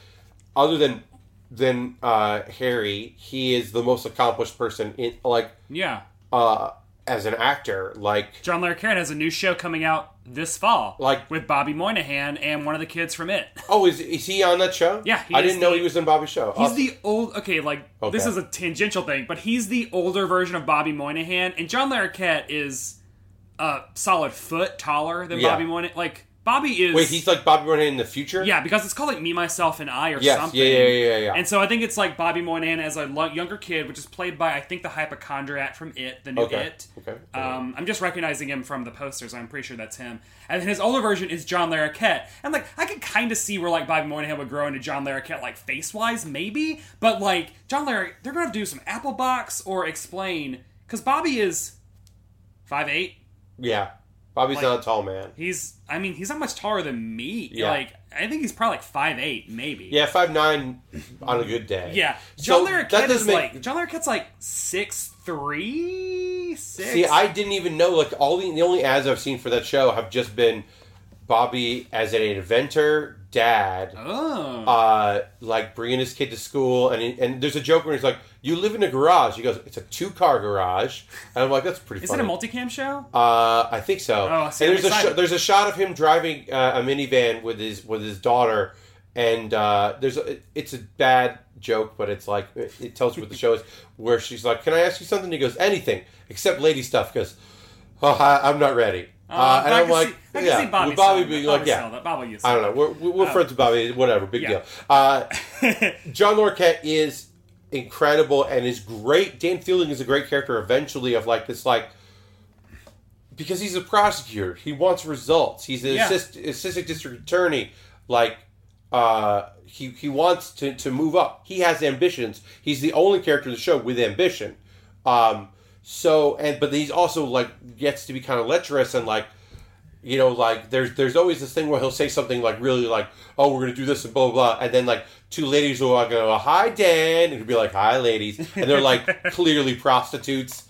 other than than uh, Harry, he is the most accomplished person in like yeah. uh, as an actor. Like John Larroquette has a new show coming out this fall, Like- with Bobby Moynihan and one of the kids from it. oh, is is he on that show? Yeah, he I is didn't know the- he was in Bobby's show. Oh, He's Awesome. the old. Okay, like this Okay. is a tangential thing, but he's the older version of Bobby Moynihan, and John Larroquette is a solid foot taller than Yeah. Bobby Moynihan. Like Bobby is Wait, he's like Bobby Moynihan in the future. yeah, because it's called like me, myself, and I or Yes, something. yeah, yeah, yeah, yeah, yeah. And so I think it's like Bobby Moynihan as a lo- younger kid, which is played by I think the hypochondriac from It, the new Okay, It. okay. Um, I'm just recognizing him from the posters. I'm pretty sure that's him. And then his older version is John Larroquette. And like I could kind of see where like Bobby Moynihan would grow into John Larroquette, like face wise, maybe. But like John Larroquette, they're gonna have to do some Apple Box or explain because Bobby is five eight. Yeah. Bobby's Like- not a tall man. He's I mean he's not much taller than me. Yeah. Like I think he's probably like five eight, maybe. Yeah, five nine on a good day. Yeah, So John that Larroquette is doesn't make- like John Larroquette's like six three six. See, I didn't even know. Like all the, the only ads I've seen for that show have just been Bobby as an inventor, dad, oh. uh, like bringing his kid to school, and he- and there's a joke where he's like, "You live in a garage." He goes, "It's a two car garage," and I'm like, "That's pretty." is it a funny. multicam show? Uh, I think so. Oh, see, and I'm there's a excited. there's a shot of him driving uh, a minivan with his with his daughter, and uh, there's a, it's a bad joke, but it's like it, it tells you what the show is. Where she's like, "Can I ask you something?" He goes, "Anything except lady stuff." Because, oh, I, I'm not ready. Uh, Uh, and I I'm can like, see, I can yeah, see Bobby, with Bobby selling being that. like, Bobby yeah, selling that. Bobby is. I don't know. We're, we're friends with Bobby. Whatever, big Oh. Yeah. deal. Uh, John Lorquette is incredible and is great. Dan Fielding is a great character. Eventually, of like this, like because he's a prosecutor, he wants results. He's an Yeah. assist, assistant district attorney. Like uh, he he wants to to move up. He has ambitions. He's the only character in the show with ambition. Um, so and but he's also like gets to be kind of lecherous and like you know, like there's there's always this thing where he'll say something like really like, oh, we're gonna do this and blah blah, blah. and then like two ladies will like go, hi Dan, and he'll be like, hi ladies, and they're like clearly prostitutes,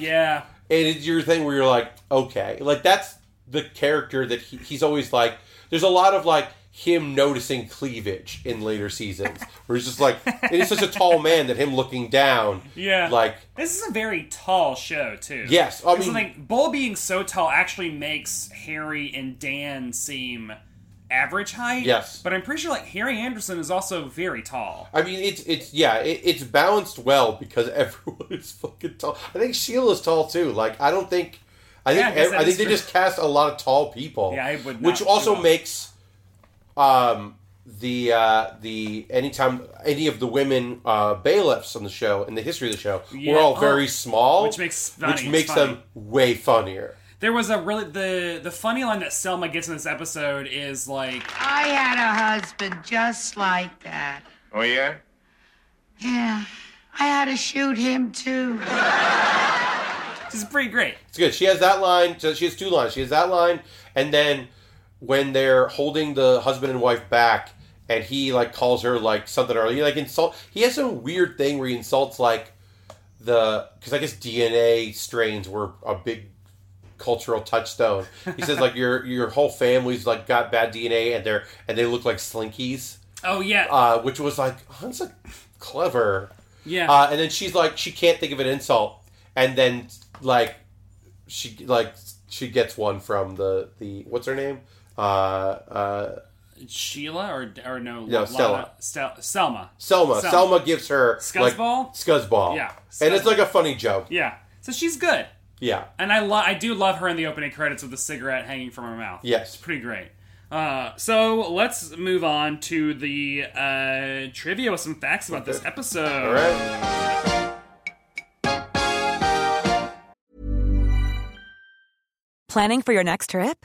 Yeah, and it's your thing where you're like, okay, like that's the character that he, he's always like. There's a lot of like him noticing cleavage in later seasons, where he's just like, it is such a tall man that him looking down, yeah. like this is a very tall show too. Yes, I This is mean- like Bull being so tall actually makes Harry and Dan seem average height. Yes. but I'm pretty sure like Harry Anderson is also very tall. I mean, it's it's yeah, it, it's balanced well because everyone is fucking tall. I think Sheila's tall too. Like, I don't think, I Yeah, I think guess ev- that I is think they true. just cast a lot of tall people. Yeah, I would not which also do that. makes, um, the uh the anytime any of the women uh bailiffs on the show in the history of the show Yeah, were all oh, very small, which makes funny, which it's makes them funny. way funnier. There was a really the the funny line that Selma gets in this episode is like I had a husband just like that. Oh, yeah? Yeah, I had to shoot him too. this is pretty great. It's good. She has that line. So she has two lines. She has that line, and then when they're holding the husband and wife back, and he like calls her like something or he like insult. He has some weird thing where he insults like the because I guess DNA strains were a big cultural touchstone. He says like your your whole family's like got bad DNA and they're and they look like slinkies, Oh yeah, uh, which was like oh, that's like clever. yeah. Uh, and then she's like, she can't think of an insult, and then like, she like she gets one from the the what's her name? Uh, uh, Sheila or or no, No, Stella. Stel- Selma. Selma. Selma. Selma. gives her like, Scuzzball? Scuzzball. Yeah, and it's Scuzzball. like a funny joke. Yeah, so she's good, Yeah, and I love I do love her in the opening credits with the cigarette hanging from her mouth. Yes. it's pretty great. Uh, so let's move on to the uh, trivia with some facts about this episode. all right. Planning for your next trip?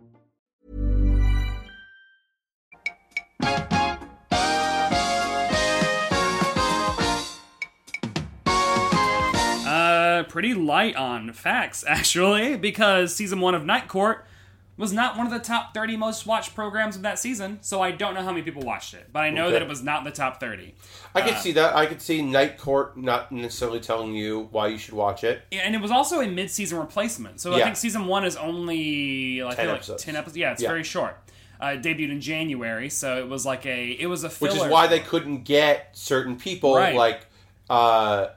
Uh, pretty light on facts, actually, because season one of Night Court was not one of the top 30 most watched programs of that season, so I don't know how many people watched it, but I know Okay. that it was not in the top 30. I could Uh, see that. I could see Night Court not necessarily telling you why you should watch it. Yeah, and it was also a mid-season replacement. So I Yeah. think season one is only like, I 10 feel like episodes. ten episodes. Yeah, it's Yeah. very short. Uh, it debuted in January, so it was like a it was a filler. which is why they couldn't get certain people Right. like uh,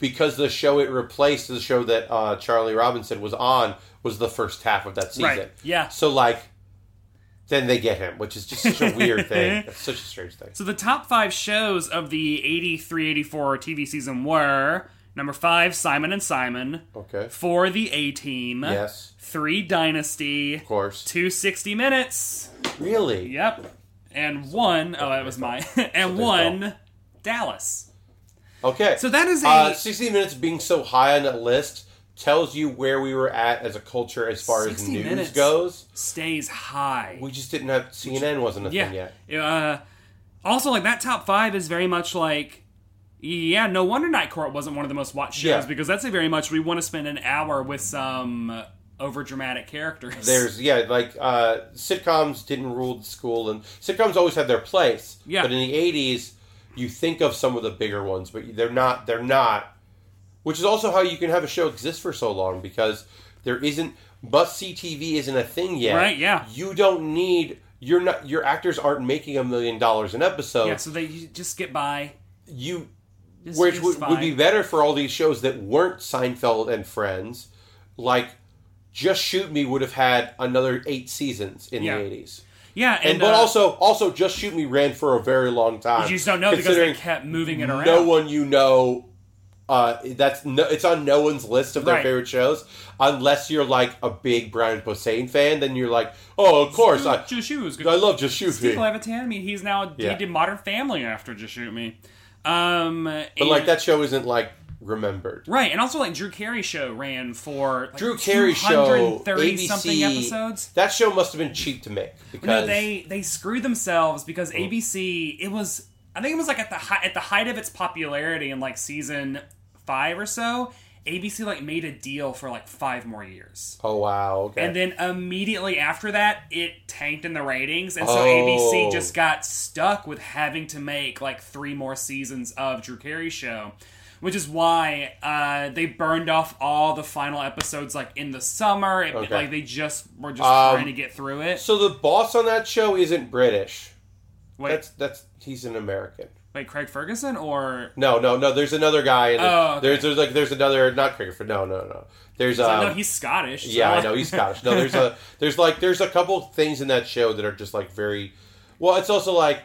because the show it replaced the show that uh, Charlie Robinson was on was the first half of that season. Right, yeah. So like then they get him, which is just such a weird thing. That's such a strange thing. So the top five shows of the 83-84 TV season were number five Simon and Simon, Okay. four The A Team, Yes. three Dynasty, of course, two 60 Minutes, Really? yep, and one oh that was mine, and one Dallas. Okay. So that is a- uh, sixty minutes being so high on that list tells you where we were at as a culture as far as 60 news Minutes goes. Stays high. We just didn't have CNN wasn't a yeah. thing yet. Uh, also, like that top five is very much like, yeah, no wonder Night Court wasn't one of the most watched shows Yeah. because that's a very much we want to spend an hour with some over dramatic characters. There's yeah, like uh, sitcoms didn't rule the school, and sitcoms always had their place. Yeah. But in the '80s, you think of some of the bigger ones, but they're not. They're not. Which is also how you can have a show exist for so long because there isn't must see TV isn't a thing yet. Right, yeah. You don't need. You're not. Your actors aren't making a million dollars an episode. yeah, so they just get by. You, Just- which just would, would be fine. better for all these shows that weren't Seinfeld and Friends, like Just Shoot Me would have had another eight seasons in Yeah. the eighties. Yeah, and, and, but uh, also also Just Shoot Me ran for a very long time. You just don't know because they considering kept moving it around. No one you know. Uh, that's no, it's on no one's list of their Right. favorite shows unless you're like a big Brian Posehn fan. Then you're like, oh, of course, I, Just shoes. I love Just Shoot Steve Me. Levitan. I mean, he's now Yeah. he did Modern Family after Just Shoot Me. Um, But like that show isn't like remembered. Right, and also like Drew Carey show ran for like, Drew Carey show, 230 something ABC, episodes. That show must have been cheap to make because No, they they screwed themselves because ABC. It was I think it was like at the hei- at the height of its popularity in like season five or so. ABC like made a deal for like five more years, oh wow, okay. and then immediately after that, it tanked in the ratings, and so Oh. ABC just got stuck with having to make like three more seasons of Drew Carey Show. Which is why uh, they burned off all the final episodes like in the summer. It, Okay. Like they just were just Um, trying to get through it. so the boss on that show isn't British. Wait. That's that's he's an American. Like Craig Ferguson or No, no, no. There's another guy. In it. Oh, okay. There's there's like there's another not Crickford. No, no, no. There's So, um, no, he's Scottish. so- Yeah, I know he's Scottish. No, there's a there's like there's a couple things in that show that are just like very well. It's also like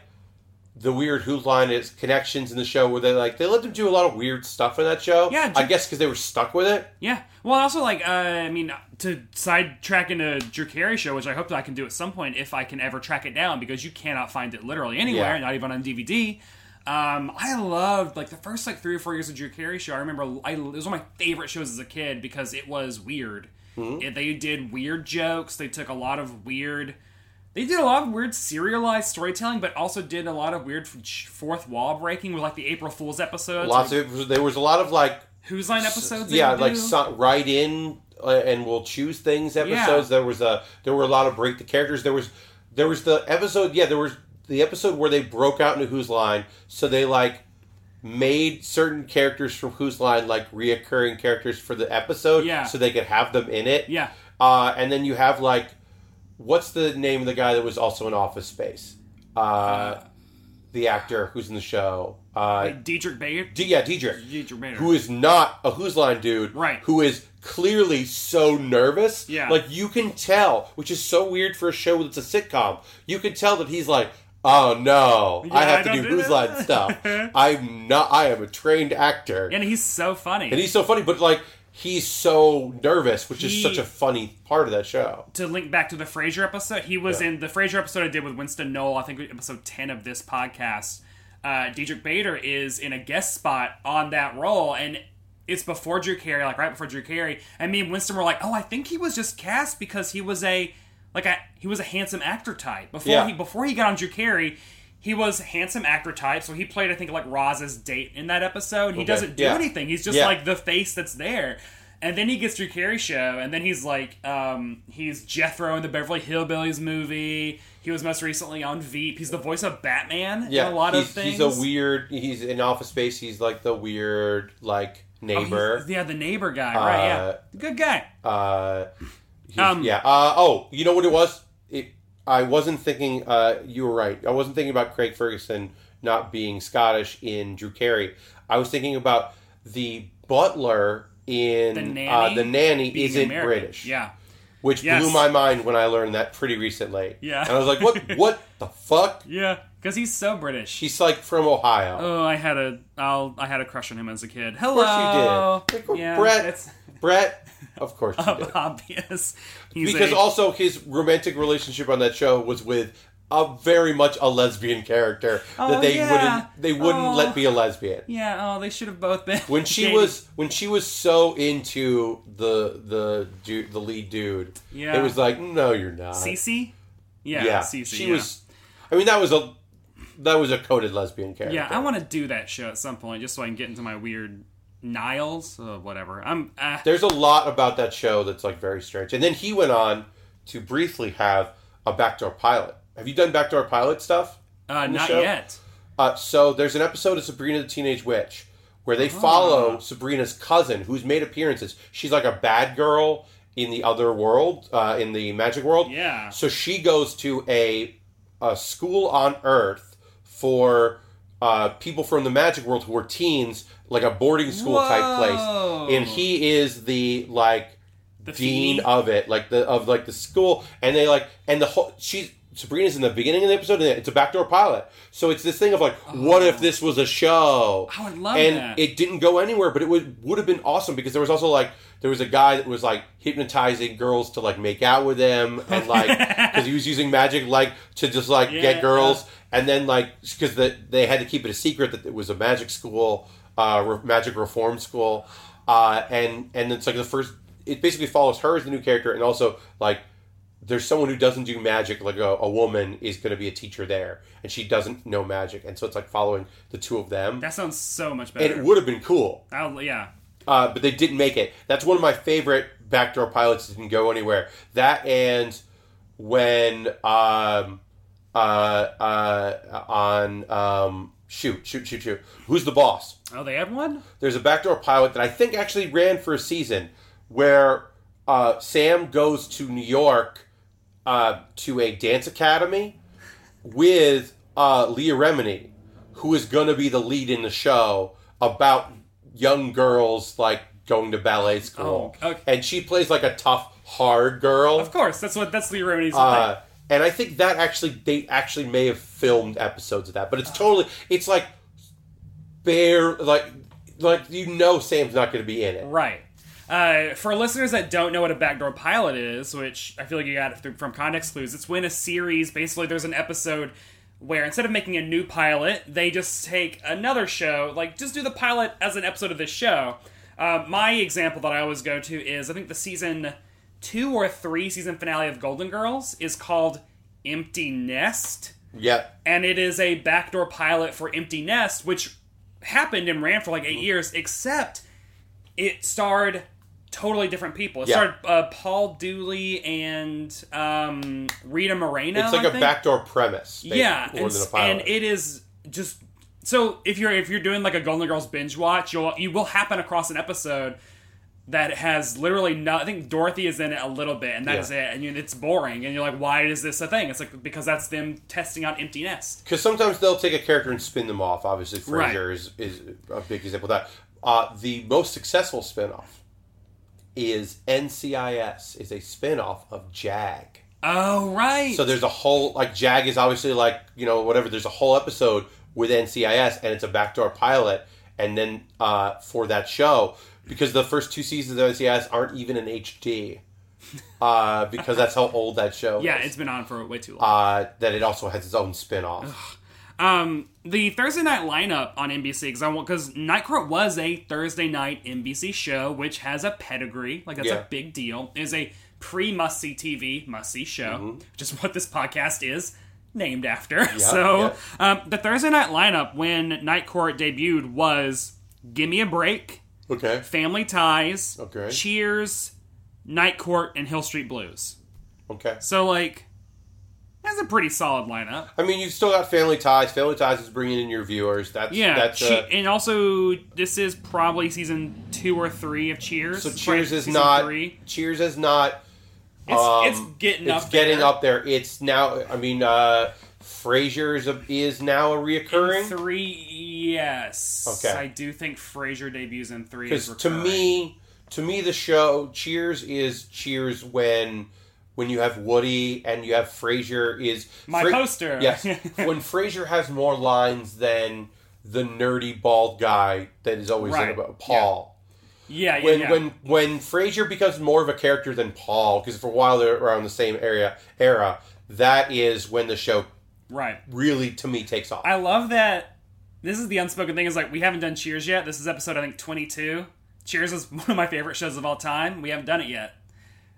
the weird Who line is connections in the show where they like they let them do a lot of weird stuff in that show. Yeah, I Ju- guess because they were stuck with it. yeah. Well, also like uh, I mean, to sidetrack into Drew Carey show, which I hope that I can do at some point if I can ever track it down, because you cannot find it literally anywhere, Yeah. not even on DVD. Um, I loved like the first like three or four years of Drew Carey show. I remember I, it was one of my favorite shows as a kid because it was weird. Mm-hmm. It- they did weird jokes. They took a lot of weird. They did a lot of weird serialized storytelling, but also did a lot of weird f- fourth wall breaking with like the April Fools episodes. Lots like, of there was a lot of like Who's Line episodes? they yeah would like do. so, right in uh, and we'll choose things episodes there was a there were a lot of break the characters there was there was the episode yeah there was the episode where they broke out into who's line so they like made certain characters from who's line like reoccurring characters for the episode Yeah. so they could have them in it Yeah. uh, and then you have like what's the name of the guy that was also in office space uh, the actor who's in the show uh, Like Dietrich Bader. D- yeah Diedrich Dietrich Bader. who is not a Who's Line dude, Right. Who is clearly so nervous, Yeah. Like you can tell, which is so weird for a show that's a sitcom. You can tell that he's like, oh no, I Yeah, have I to do don't do Who's that." Line stuff. I'm not. I am a trained actor, and he's so funny. and he's so funny, but like he's so nervous, which He- is such a funny part of that show. to link back to the Frasier episode, he was Yeah. in the Frasier episode I did with Winston Noel. I think episode ten of this podcast. Uh, Diedrich Bader is in a guest spot on that role, and it's before Drew Carey, like right before Drew Carey. And me and Winston were like, "Oh, I think he was just cast because he was a Like I, he was a handsome actor type before Yeah. he before he got on Drew Carey. He was a handsome actor type, so he played I think like Roz's date in that episode. He Okay. doesn't do Yeah. anything. He's just Yeah. like the face that's there. And then he gets Drew Carey show, and then he's like, um, he's Jethro in the Beverly Hillbillies movie. He was most recently on Veep. He's the voice of Batman Yeah, in a lot he's, of things. He's a weird. He's in Office Space. He's like the weird like Oh, he's- neighbor. yeah, the neighbor guy, right? Yeah, Uh, good guy. Uh, he's- Um, yeah. Uh, oh, you know what it was? It, I wasn't thinking. Uh, you were right. I wasn't thinking about Craig Ferguson not being Scottish in Drew Carey. I was thinking about the butler in The nanny, uh, the nanny being isn't American. British, Yeah, which Yes. blew my mind when I learned that pretty recently. Yeah. and I was like, what? what the fuck? yeah, because he's so British. She's like from Ohio. Oh, I had a I'll, I had a crush on him as a kid. Of Hello, course you did. Yeah, Brett. it's Brett. Of course Oh, you did. obvious. He's because a- also his romantic relationship on that show was with a very much a lesbian character Oh, that they yeah. wouldn't they wouldn't Oh. let be a lesbian. yeah. Oh, they should have both been. When she dating. was when she was so into the the dude the lead dude, Yeah. it was like no, you're not. Cece, yeah, Cece. she yeah. was. I mean, that was a that was a coded lesbian character. Yeah, I want to do that show at some point just so I can get into my weird Niles, uh, whatever. I'm uh, There's a lot about that show that's like very strange. And then he went on to briefly have a backdoor pilot. Have you done backdoor pilot stuff? uh, in the not show? yet. Uh, so there's an episode of Sabrina the Teenage Witch where they Ah. follow Sabrina's cousin who's made appearances. She's like a bad girl in the other world, uh, in the magic world. Yeah. So she goes to a, a school on Earth for uh, people from the magic world who are teens, like a boarding school type Whoa. place. And he is the like The dean Feeny? of it, like the of like the school, and they like and the whole she's Sabrina's in the beginning of the episode, and it's a backdoor pilot, so it's this thing of like, what if this was a show? Oh. I would love and that. it didn't go anywhere, but it would would have been awesome because there was also like there was a guy that was like hypnotizing girls to like make out with him, and like because he was using magic like to just like Yeah. get girls, and then like because the, they had to keep it a secret that it was a magic school, uh, re- magic reform school, uh, and and it's like the first. It basically follows her as the new character, and also like there's someone who doesn't do magic, like a, a woman is going to be a teacher there, and she doesn't know magic, and so it's like following the two of them. That sounds so much and better. it would have been cool, I'll, yeah. uh, but they didn't make it. That's one of my favorite backdoor pilots. that Didn't go anywhere. That and when um, uh, uh, on um, shoot, shoot, shoot, shoot. Who's the boss? Oh, they had one. there's a backdoor pilot that I think actually ran for a season where uh, Sam goes to New York uh, to a dance academy with uh, Leah Remini, who is going to be the lead in the show about young girls like going to ballet school. Oh, okay. And she plays like a tough, hard girl. Of course, that's what that's Lee Remini's Uh, and I think that actually they actually may have filmed episodes of that, but it's totally it's like bare like like you know Sam's not going to be in it. Right. Uh, for listeners that don't know what a backdoor pilot is, which I feel like you got it through, from context clues, it's when a series basically there's an episode where instead of making a new pilot, they just take another show, like just do the pilot as an episode of this show. Uh, my example that I always go to is I think the season two or three season finale of Golden Girls is called Empty Nest Yep. and it is a backdoor pilot for Empty Nest, which happened and ran for like Mm-hmm. eight years, except it starred totally different people. It Yeah. starred uh, Paul Dooley and um, Rita Moreno. It's like a a backdoor premise. they- yeah, more and, than a s- pilot. and it is just so if you're if you're doing like a Golden Girls binge watch, you'll you will happen across an episode that has literally not. I think Dorothy is in it a little bit, and that Yeah. is it. And you, it's boring, and you're like, why is this a thing? It's like because that's them testing out Empty Nest. because sometimes they'll take a character and spin them off. Obviously, Right. Frasier is, is a big example of that. Uh, the most successful spinoff is NCIS, is a spinoff of JAG. Oh right. So there's a whole like Jag is obviously like you know whatever. There's a whole episode with NCIS and it's a backdoor pilot, and then uh, for that show because the first two seasons of NCIS aren't even in HD uh, because that's how old that show. yeah, is. it's been on for way too long. uh, that it also has its own spin off. um, the Thursday night lineup on NBC because I want because Night Court was a Thursday night NBC show, which has a pedigree, like that's Yeah. a big deal. Is a pre must see TV, must see show, Mm-hmm. which is what this podcast is named after. so Um, the Thursday night lineup when Night Court debuted was Gimme a Break, okay, Family Ties, Okay. Cheers, Night Court, and Hill Street Blues. Okay. So, like, that's a pretty solid lineup. I mean, you've still got Family Ties. Family Ties is bringing in your viewers. That's Yeah, That's Che- uh, and also this is probably season two or three of Cheers. so. It's Cheers probably is season not. three. Cheers is not. It's- um, it's getting it's up getting there. up there. It's now. I mean, uh, Frasier is a, is now a reoccurring. three. Yes, Okay. I do think Frasier debuts in three. as because to recurring. me to me the show cheers is cheers when when you have woody and you have frasier is My poster. yes when frasier has more lines than the nerdy bald guy that is always in Right. about paul yeah, yeah, when yeah. when when frasier becomes more of a character than paul because for a while they're around the same area era that is when the show right. really to me takes off I love that. This is the unspoken thing. Is like we haven't done Cheers yet. This is episode I think twenty two. Cheers is one of my favorite shows of all time. We haven't done it yet.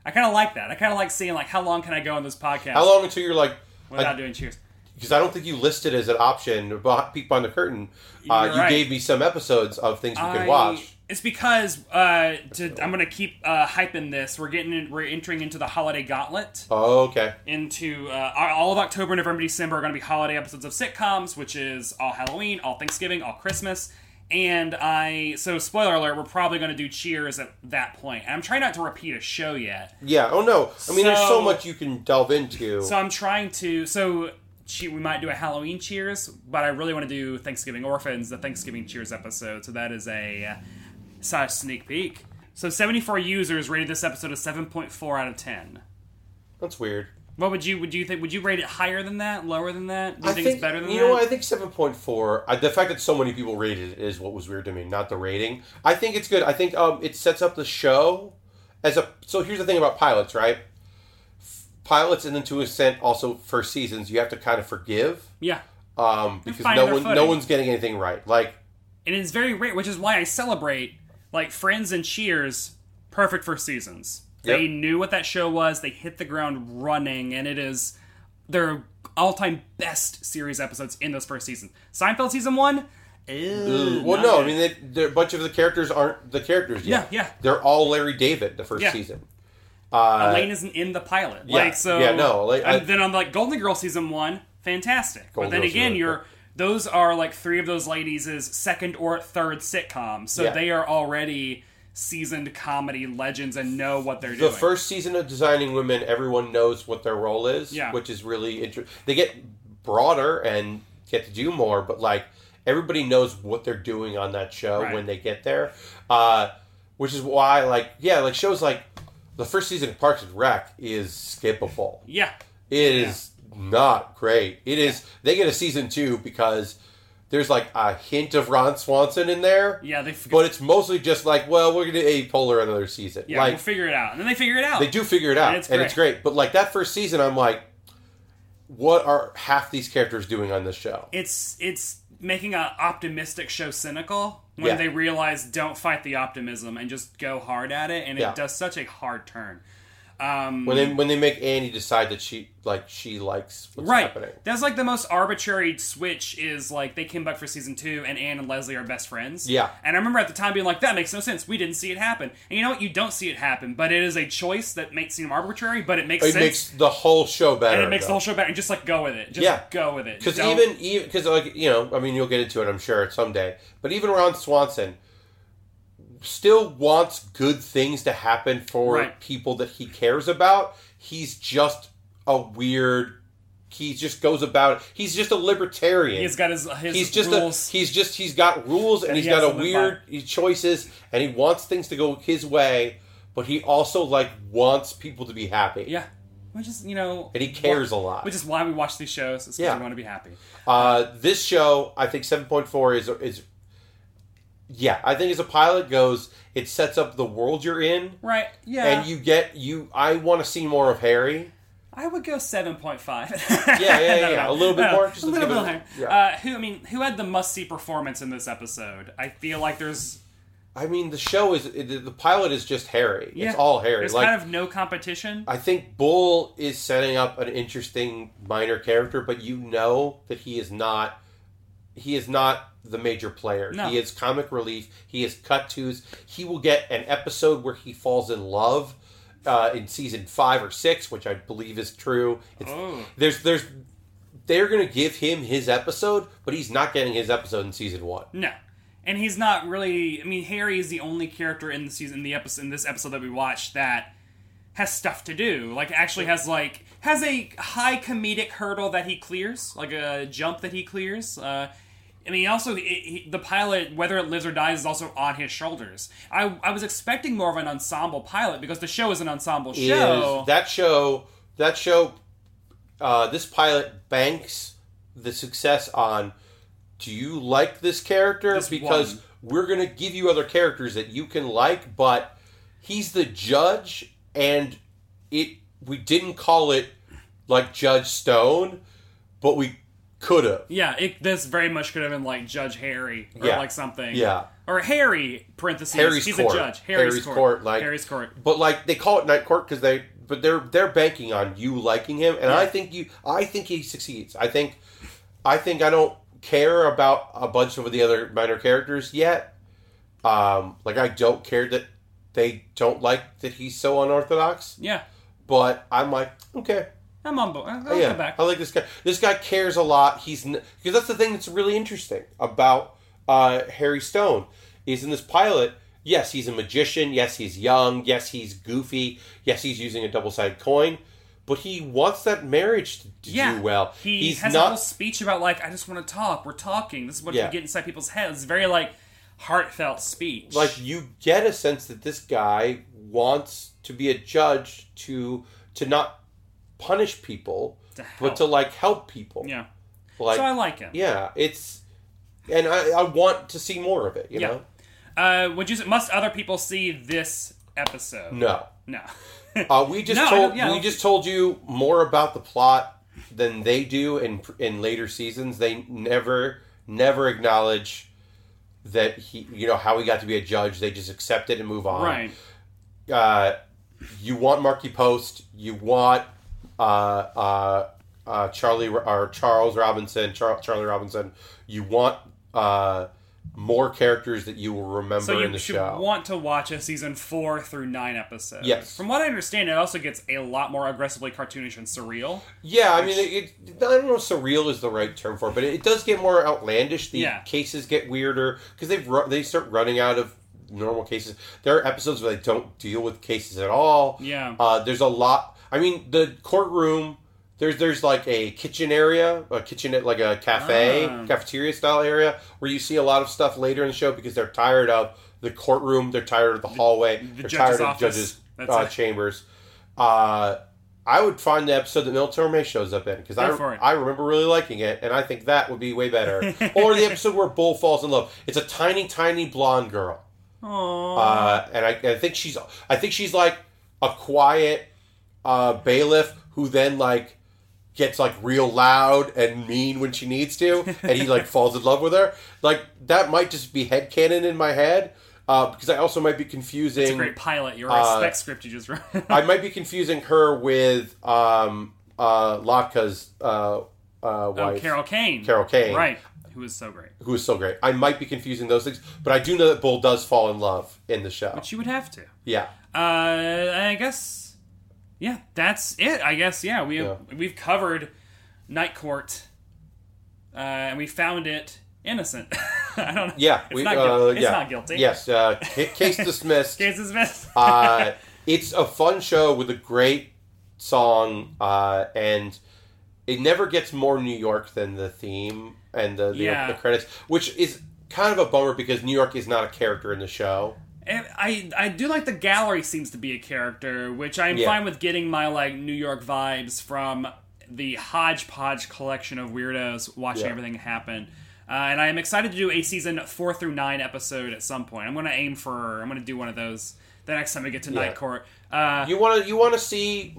I kind of like that. I kind of like seeing like how long can I go on this podcast? how long until you're like without I- doing Cheers? because I don't think you listed as an option. but Peek behind the curtain. Uh, You're you right. gave me some episodes of things we I- could watch. It's because uh, to, I'm going to keep uh, hyping this. We're getting in, we're entering into the holiday gauntlet. Oh, okay. Into uh, all of October, November, December are going to be holiday episodes of sitcoms, which is all Halloween, all Thanksgiving, all Christmas. And I so spoiler alert, we're probably going to do Cheers at that point. And I'm trying not to repeat a show yet. Yeah. Oh no. I mean, there's so So- much you can delve into. So I'm trying to. So che- we might do a Halloween Cheers, but I really want to do Thanksgiving Orphans, the Thanksgiving Cheers episode. So that is a uh, such sneak peek. So 74 users rated this episode a 7.4 out of 10. That's weird. What would you would you think? Would you rate it higher than that? Lower than that? Do you think, it's better than you that? know what I think seven point four. uh, The fact that so many people rated it is what was weird to me, not the rating. I think it's good. I think um, it sets up the show as a. So here's the thing about pilots, right? F- Pilots and then to an extent also first seasons, you have to kind of forgive yeah. um, because finding no their one no footing. one's getting anything right. Like And it's very rare, which is why I celebrate like Friends and Cheers. Perfect for seasons. They Yep. knew what that show was. They hit the ground running, and it is their all-time best series episodes in those first seasons. Seinfeld season one. Ew, Well, not no, good. I mean, they, they're- a bunch of the characters aren't the characters yet. Yeah, yeah. They're all Larry David the first Yeah. season. Uh, Elaine isn't in the pilot. yeah, like so. yeah, no, like, I- and then I'm like Golden Girl season one, fantastic. Golden but then Girls is again, really you're those are like three of those ladies' is second or third sitcom, so Yeah. they are already seasoned comedy legends and know what they're the doing. first season of Designing Women, everyone knows what their role is, Yeah. which is really interesting. They get broader and get to do more, but like everybody knows what they're doing on that show Right. when they get there, uh, which is why, like, yeah, like shows like the first season of Parks and Rec is skippable. yeah, It is not great. It is. They get a season two because there's like a hint of Ron Swanson in there. Yeah, they fig- But it's mostly just like, well, we're gonna a polar another season. yeah, like we'll figure it out, and then they figure it out. they do figure it out, And and it's it's, great. great. But like that first season, I'm like, what are half these characters doing on this show? It's it's making an optimistic show cynical when Yeah. they realize don't fight the optimism and just go hard at it, and Yeah. it does such a hard turn. Um, When they when they make Annie decide that she like she likes what's right. happening. That's like the most arbitrary switch is like they came back for season two and Anne and Leslie are best friends. Yeah. And I remember at the time being like, that makes no sense. We didn't see it happen. And you know what? You don't see it happen, but it is a choice that may seem arbitrary, but it makes It sense. makes the whole show better. and it makes the though. whole show better. And just like go with it. Just Yeah. go with it. Because Don't- even even because like you know, I mean, you'll get into it, I'm sure, someday. But even Ron Swanson still wants good things to happen for Right. people that he cares about. He's just a weird. He just goes about. it. He's just a libertarian. he's got his his He's just rules. a, he's just he's got rules and That he's he has got to a live weird choices and he wants things to go his way, but he also like wants people to be happy. yeah. Which is you know And he cares a lot. Which is why we watch these shows, is because Yeah. we want to be happy. Uh, this show, I think seven point four is is yeah. I think as a pilot goes, it sets up the world you're in, Right. Yeah. and you get you. I want to see more of Harry. I would go seven point five. yeah, yeah, yeah. A little bit more, just a to little give bit it a- higher. yeah. Uh, who I mean, who had the must see performance in this episode? I feel like there's I mean, the show is it- the pilot is just Harry. It's all Harry. There's like kind of no competition. I think Bull is setting up an interesting minor character, but you know that he is not. He is not the major player. No. He is comic relief. He is cut twos. He will get an episode where he falls in love uh, in season five or six, which I believe is true. It's, Oh. There's there's they're going to give him his episode, but he's not getting his episode in season one. No. And he's not really. I mean, Harry is the only character in the season, in the episode, in this episode that we watched that has stuff to do. Like, actually has like has a high comedic hurdle that he clears, like a jump that he clears. Uh, I mean, also it, he, the pilot, whether it lives or dies, is also on his shoulders. I I was expecting more of an ensemble pilot because the show is an ensemble show. is that show that show uh, this pilot banks the success on do you like this character This because one. we're going to give you other characters that you can like but he's the judge and it we didn't call it like judge stone but we could have Yeah, it, this very much could have been like Judge Harry or Yeah. like something. Yeah. Or Harry, parentheses. Harry's he's court. a judge. Harry's, court. like Harry's court. But like they call it night court because they, but they're they're banking on you liking him, and I think you, I think he succeeds. I think, I think I don't care about a bunch of the other minor characters yet. Um, like I don't care that they don't like that he's so unorthodox. Yeah. But I'm like, okay, I'm on board. I'll Oh, yeah, come back. I like this guy. This guy cares a lot. He's because that's the thing that's really interesting about uh, Harry Stone is in this pilot. Yes, he's a magician. Yes, he's young. Yes, he's goofy. Yes, he's using a double sided coin. But he wants that marriage to to Yeah. do well. He he's has a whole not. speech about like, I just want to talk. We're talking. This is what Yeah. you get inside people's heads. It's very like heartfelt speech. like you get a sense that this guy wants to be a judge to to not punish people, but to like help people. Yeah. Like, So I like him. Yeah, it's and I, I want to see more of it. You Yeah. know, Uh, would you? s- Must other people see this episode? no, No. uh, we just No, I told don't- yeah, we I- just told you more about the plot than they do in in later seasons. They never never acknowledge that he you know how he got to be a judge. They just accept it and move on. Right. Uh, you want Marky Post. You want uh, uh, uh, Charlie or Charles Robinson. Char- Charlie Robinson. You want uh, more characters that you will remember So you in the should show. want to watch a season four through nine episodes. Yes. From what I understand, it also gets a lot more aggressively cartoonish and surreal. Yeah, I mean, it, it, I don't know if surreal is the right term for it, but it, it does get more outlandish. The Yeah. cases get weirder because they've ru- they start running out of normal cases. There are episodes where they don't deal with cases at all. Yeah. Uh, there's a lot. I mean, the courtroom. There's there's like a kitchen area, a kitchen like a cafe, Ah. cafeteria style area where you see a lot of stuff later in the show because they're tired of the courtroom, they're tired of the hallway, they're judge's tired of office. judges' That's uh, it. chambers. Uh, I would find the episode that Mil Torme shows up in because I Go for it. I remember really liking it, and I think that would be way better. or the episode where Bull falls in love. It's a tiny, tiny blonde girl, Aww. uh, and I, I think she's I think she's like a quiet uh, bailiff who then like gets like real loud and mean when she needs to, and he like falls in love with her. Like that might just be headcanon in my head uh, because I also might be confusing. It's a great pilot. Your uh, spec script you just wrote. I might be confusing her with um, uh, Latka's uh, uh, Oh, wife, Carol Kane. Carol Kane. Right. Who was so great. who is so great. I might be confusing those things, but I do know that Bull does fall in love in the show. But you would have to. yeah, Uh, I guess. Yeah, that's it. I guess. Yeah, we have, we've covered Night Court, uh, and we found it innocent. I don't. know. yeah, uh, It's not guilty. It's yeah. not guilty. Yes, uh, ca- case dismissed. Case dismissed. uh, it's a fun show with a great song, uh, and it never gets more New York than the theme and the, the, Yeah. the credits, which is kind of a bummer because New York is not a character in the show. And I I do like the gallery seems to be a character, which I'm Yeah. fine with getting my like New York vibes from the hodgepodge collection of weirdos watching Yeah. everything happen. Uh, and I am excited to do a season four through nine episode at some point. I'm going to aim for I'm going to do one of those the next time we get to Yeah. Night Court. Uh, you want to you want to see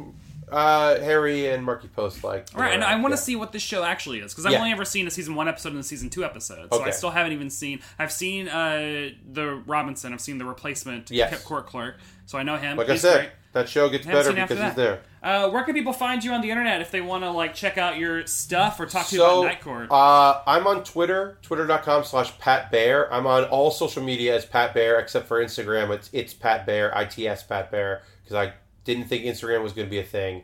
uh, Harry and Marky Post like. All right, and I want to yeah. see what this show actually is because I've Yeah. only ever seen a season one episode and a season two episode, so I Okay. still haven't even seen. I've seen uh, the Robinson, I've seen the replacement Yes. court clerk, so I know him. Like I He's said, great. that show gets Haven't better seen after because he's that. there. Uh, where can people find you on the internet if they want to like check out your stuff or talk to you about So Night Court? uh, I'm on Twitter, twitter.com slash Pat Bear. I'm on all social media as Pat Bear, except for Instagram. It's it's Pat Bear, ITS Pat Bear, because I didn't think Instagram was going to be a thing.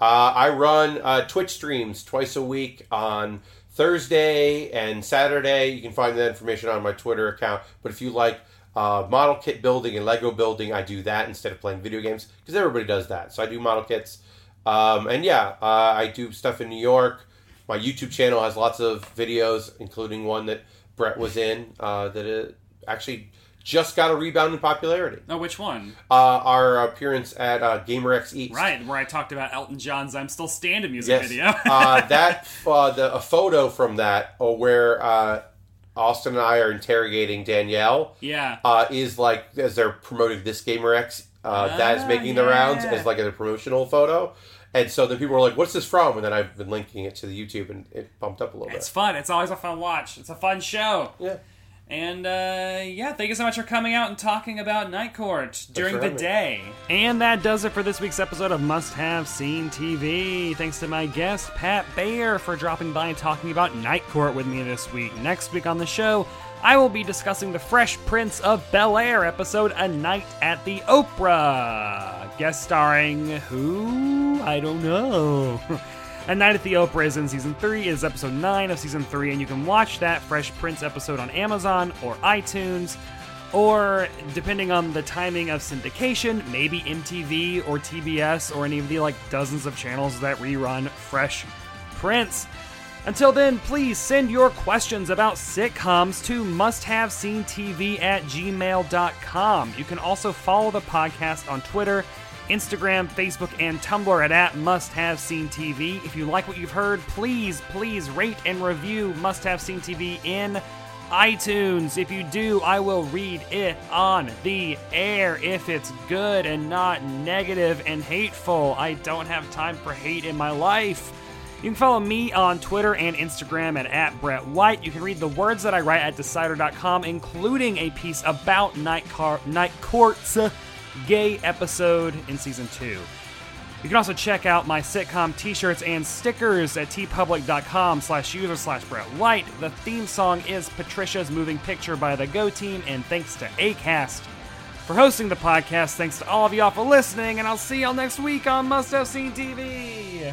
Uh, I run uh, Twitch streams twice a week on Thursday and Saturday. You can find that information on my Twitter account. But if you like uh, model kit building and Lego building, I do that instead of playing video games because everybody does that. So I do model kits. Um, and yeah, uh, I do stuff in New York my YouTube channel has lots of videos, including one that Brett was in uh, that uh actually just got a rebound in popularity. Oh, which one? Uh, our appearance at uh, GamerX Eats. Right, where I talked about Elton John's "I'm Still Standing" music Yes. video. uh, that uh, the a photo from that, uh, where uh, Austin and I are interrogating Danielle. Yeah. Uh, is like as they're promoting this GamerX, uh, that is Ah, making the rounds yeah. as like a promotional photo. And so then people were like, "What's this from?" And then I've been linking it to the YouTube, and it bumped up a little bit. It's fun. It's always a fun watch. It's a fun show. Yeah. And uh, yeah, thank you so much for coming out and talking about Night Court during for the having me. day. And that does it for this week's episode of Must Have Seen TV. Thanks to my guest, Pat Bayer, for dropping by and talking about Night Court with me this week. Next week on the show, I will be discussing the Fresh Prince of Bel Air episode, A Night at the Oprah. Guest starring who? I don't know. A Night at the Oprah is in season three, is episode nine of season three, and you can watch that Fresh Prince episode on Amazon or iTunes, or depending on the timing of syndication, maybe MTV or TBS or any of the like dozens of channels that rerun Fresh Prince. Until then, please send your questions about sitcoms to musthaveseenTV at gmail.com. You can also follow the podcast on Twitter, Instagram, Facebook, and Tumblr at, at musthaveseenTV. If you like what you've heard, please, please rate and review Must Have Seen TV in iTunes. If you do, I will read it on the air if it's good and not negative and hateful. I don't have time for hate in my life. You can follow me on Twitter and Instagram at, at Brett White. You can read the words that I write at Decider.com, including a piece about Night, Car- Night Court's gay episode in season two. You can also check out my sitcom t-shirts and stickers at tpublic.com slash user slash Brett White. The theme song is Patricia's Moving Picture by the Go Team, and thanks to ACAST for hosting the podcast. Thanks to all of y'all for listening, and I'll see y'all next week on Must Have Seen TV.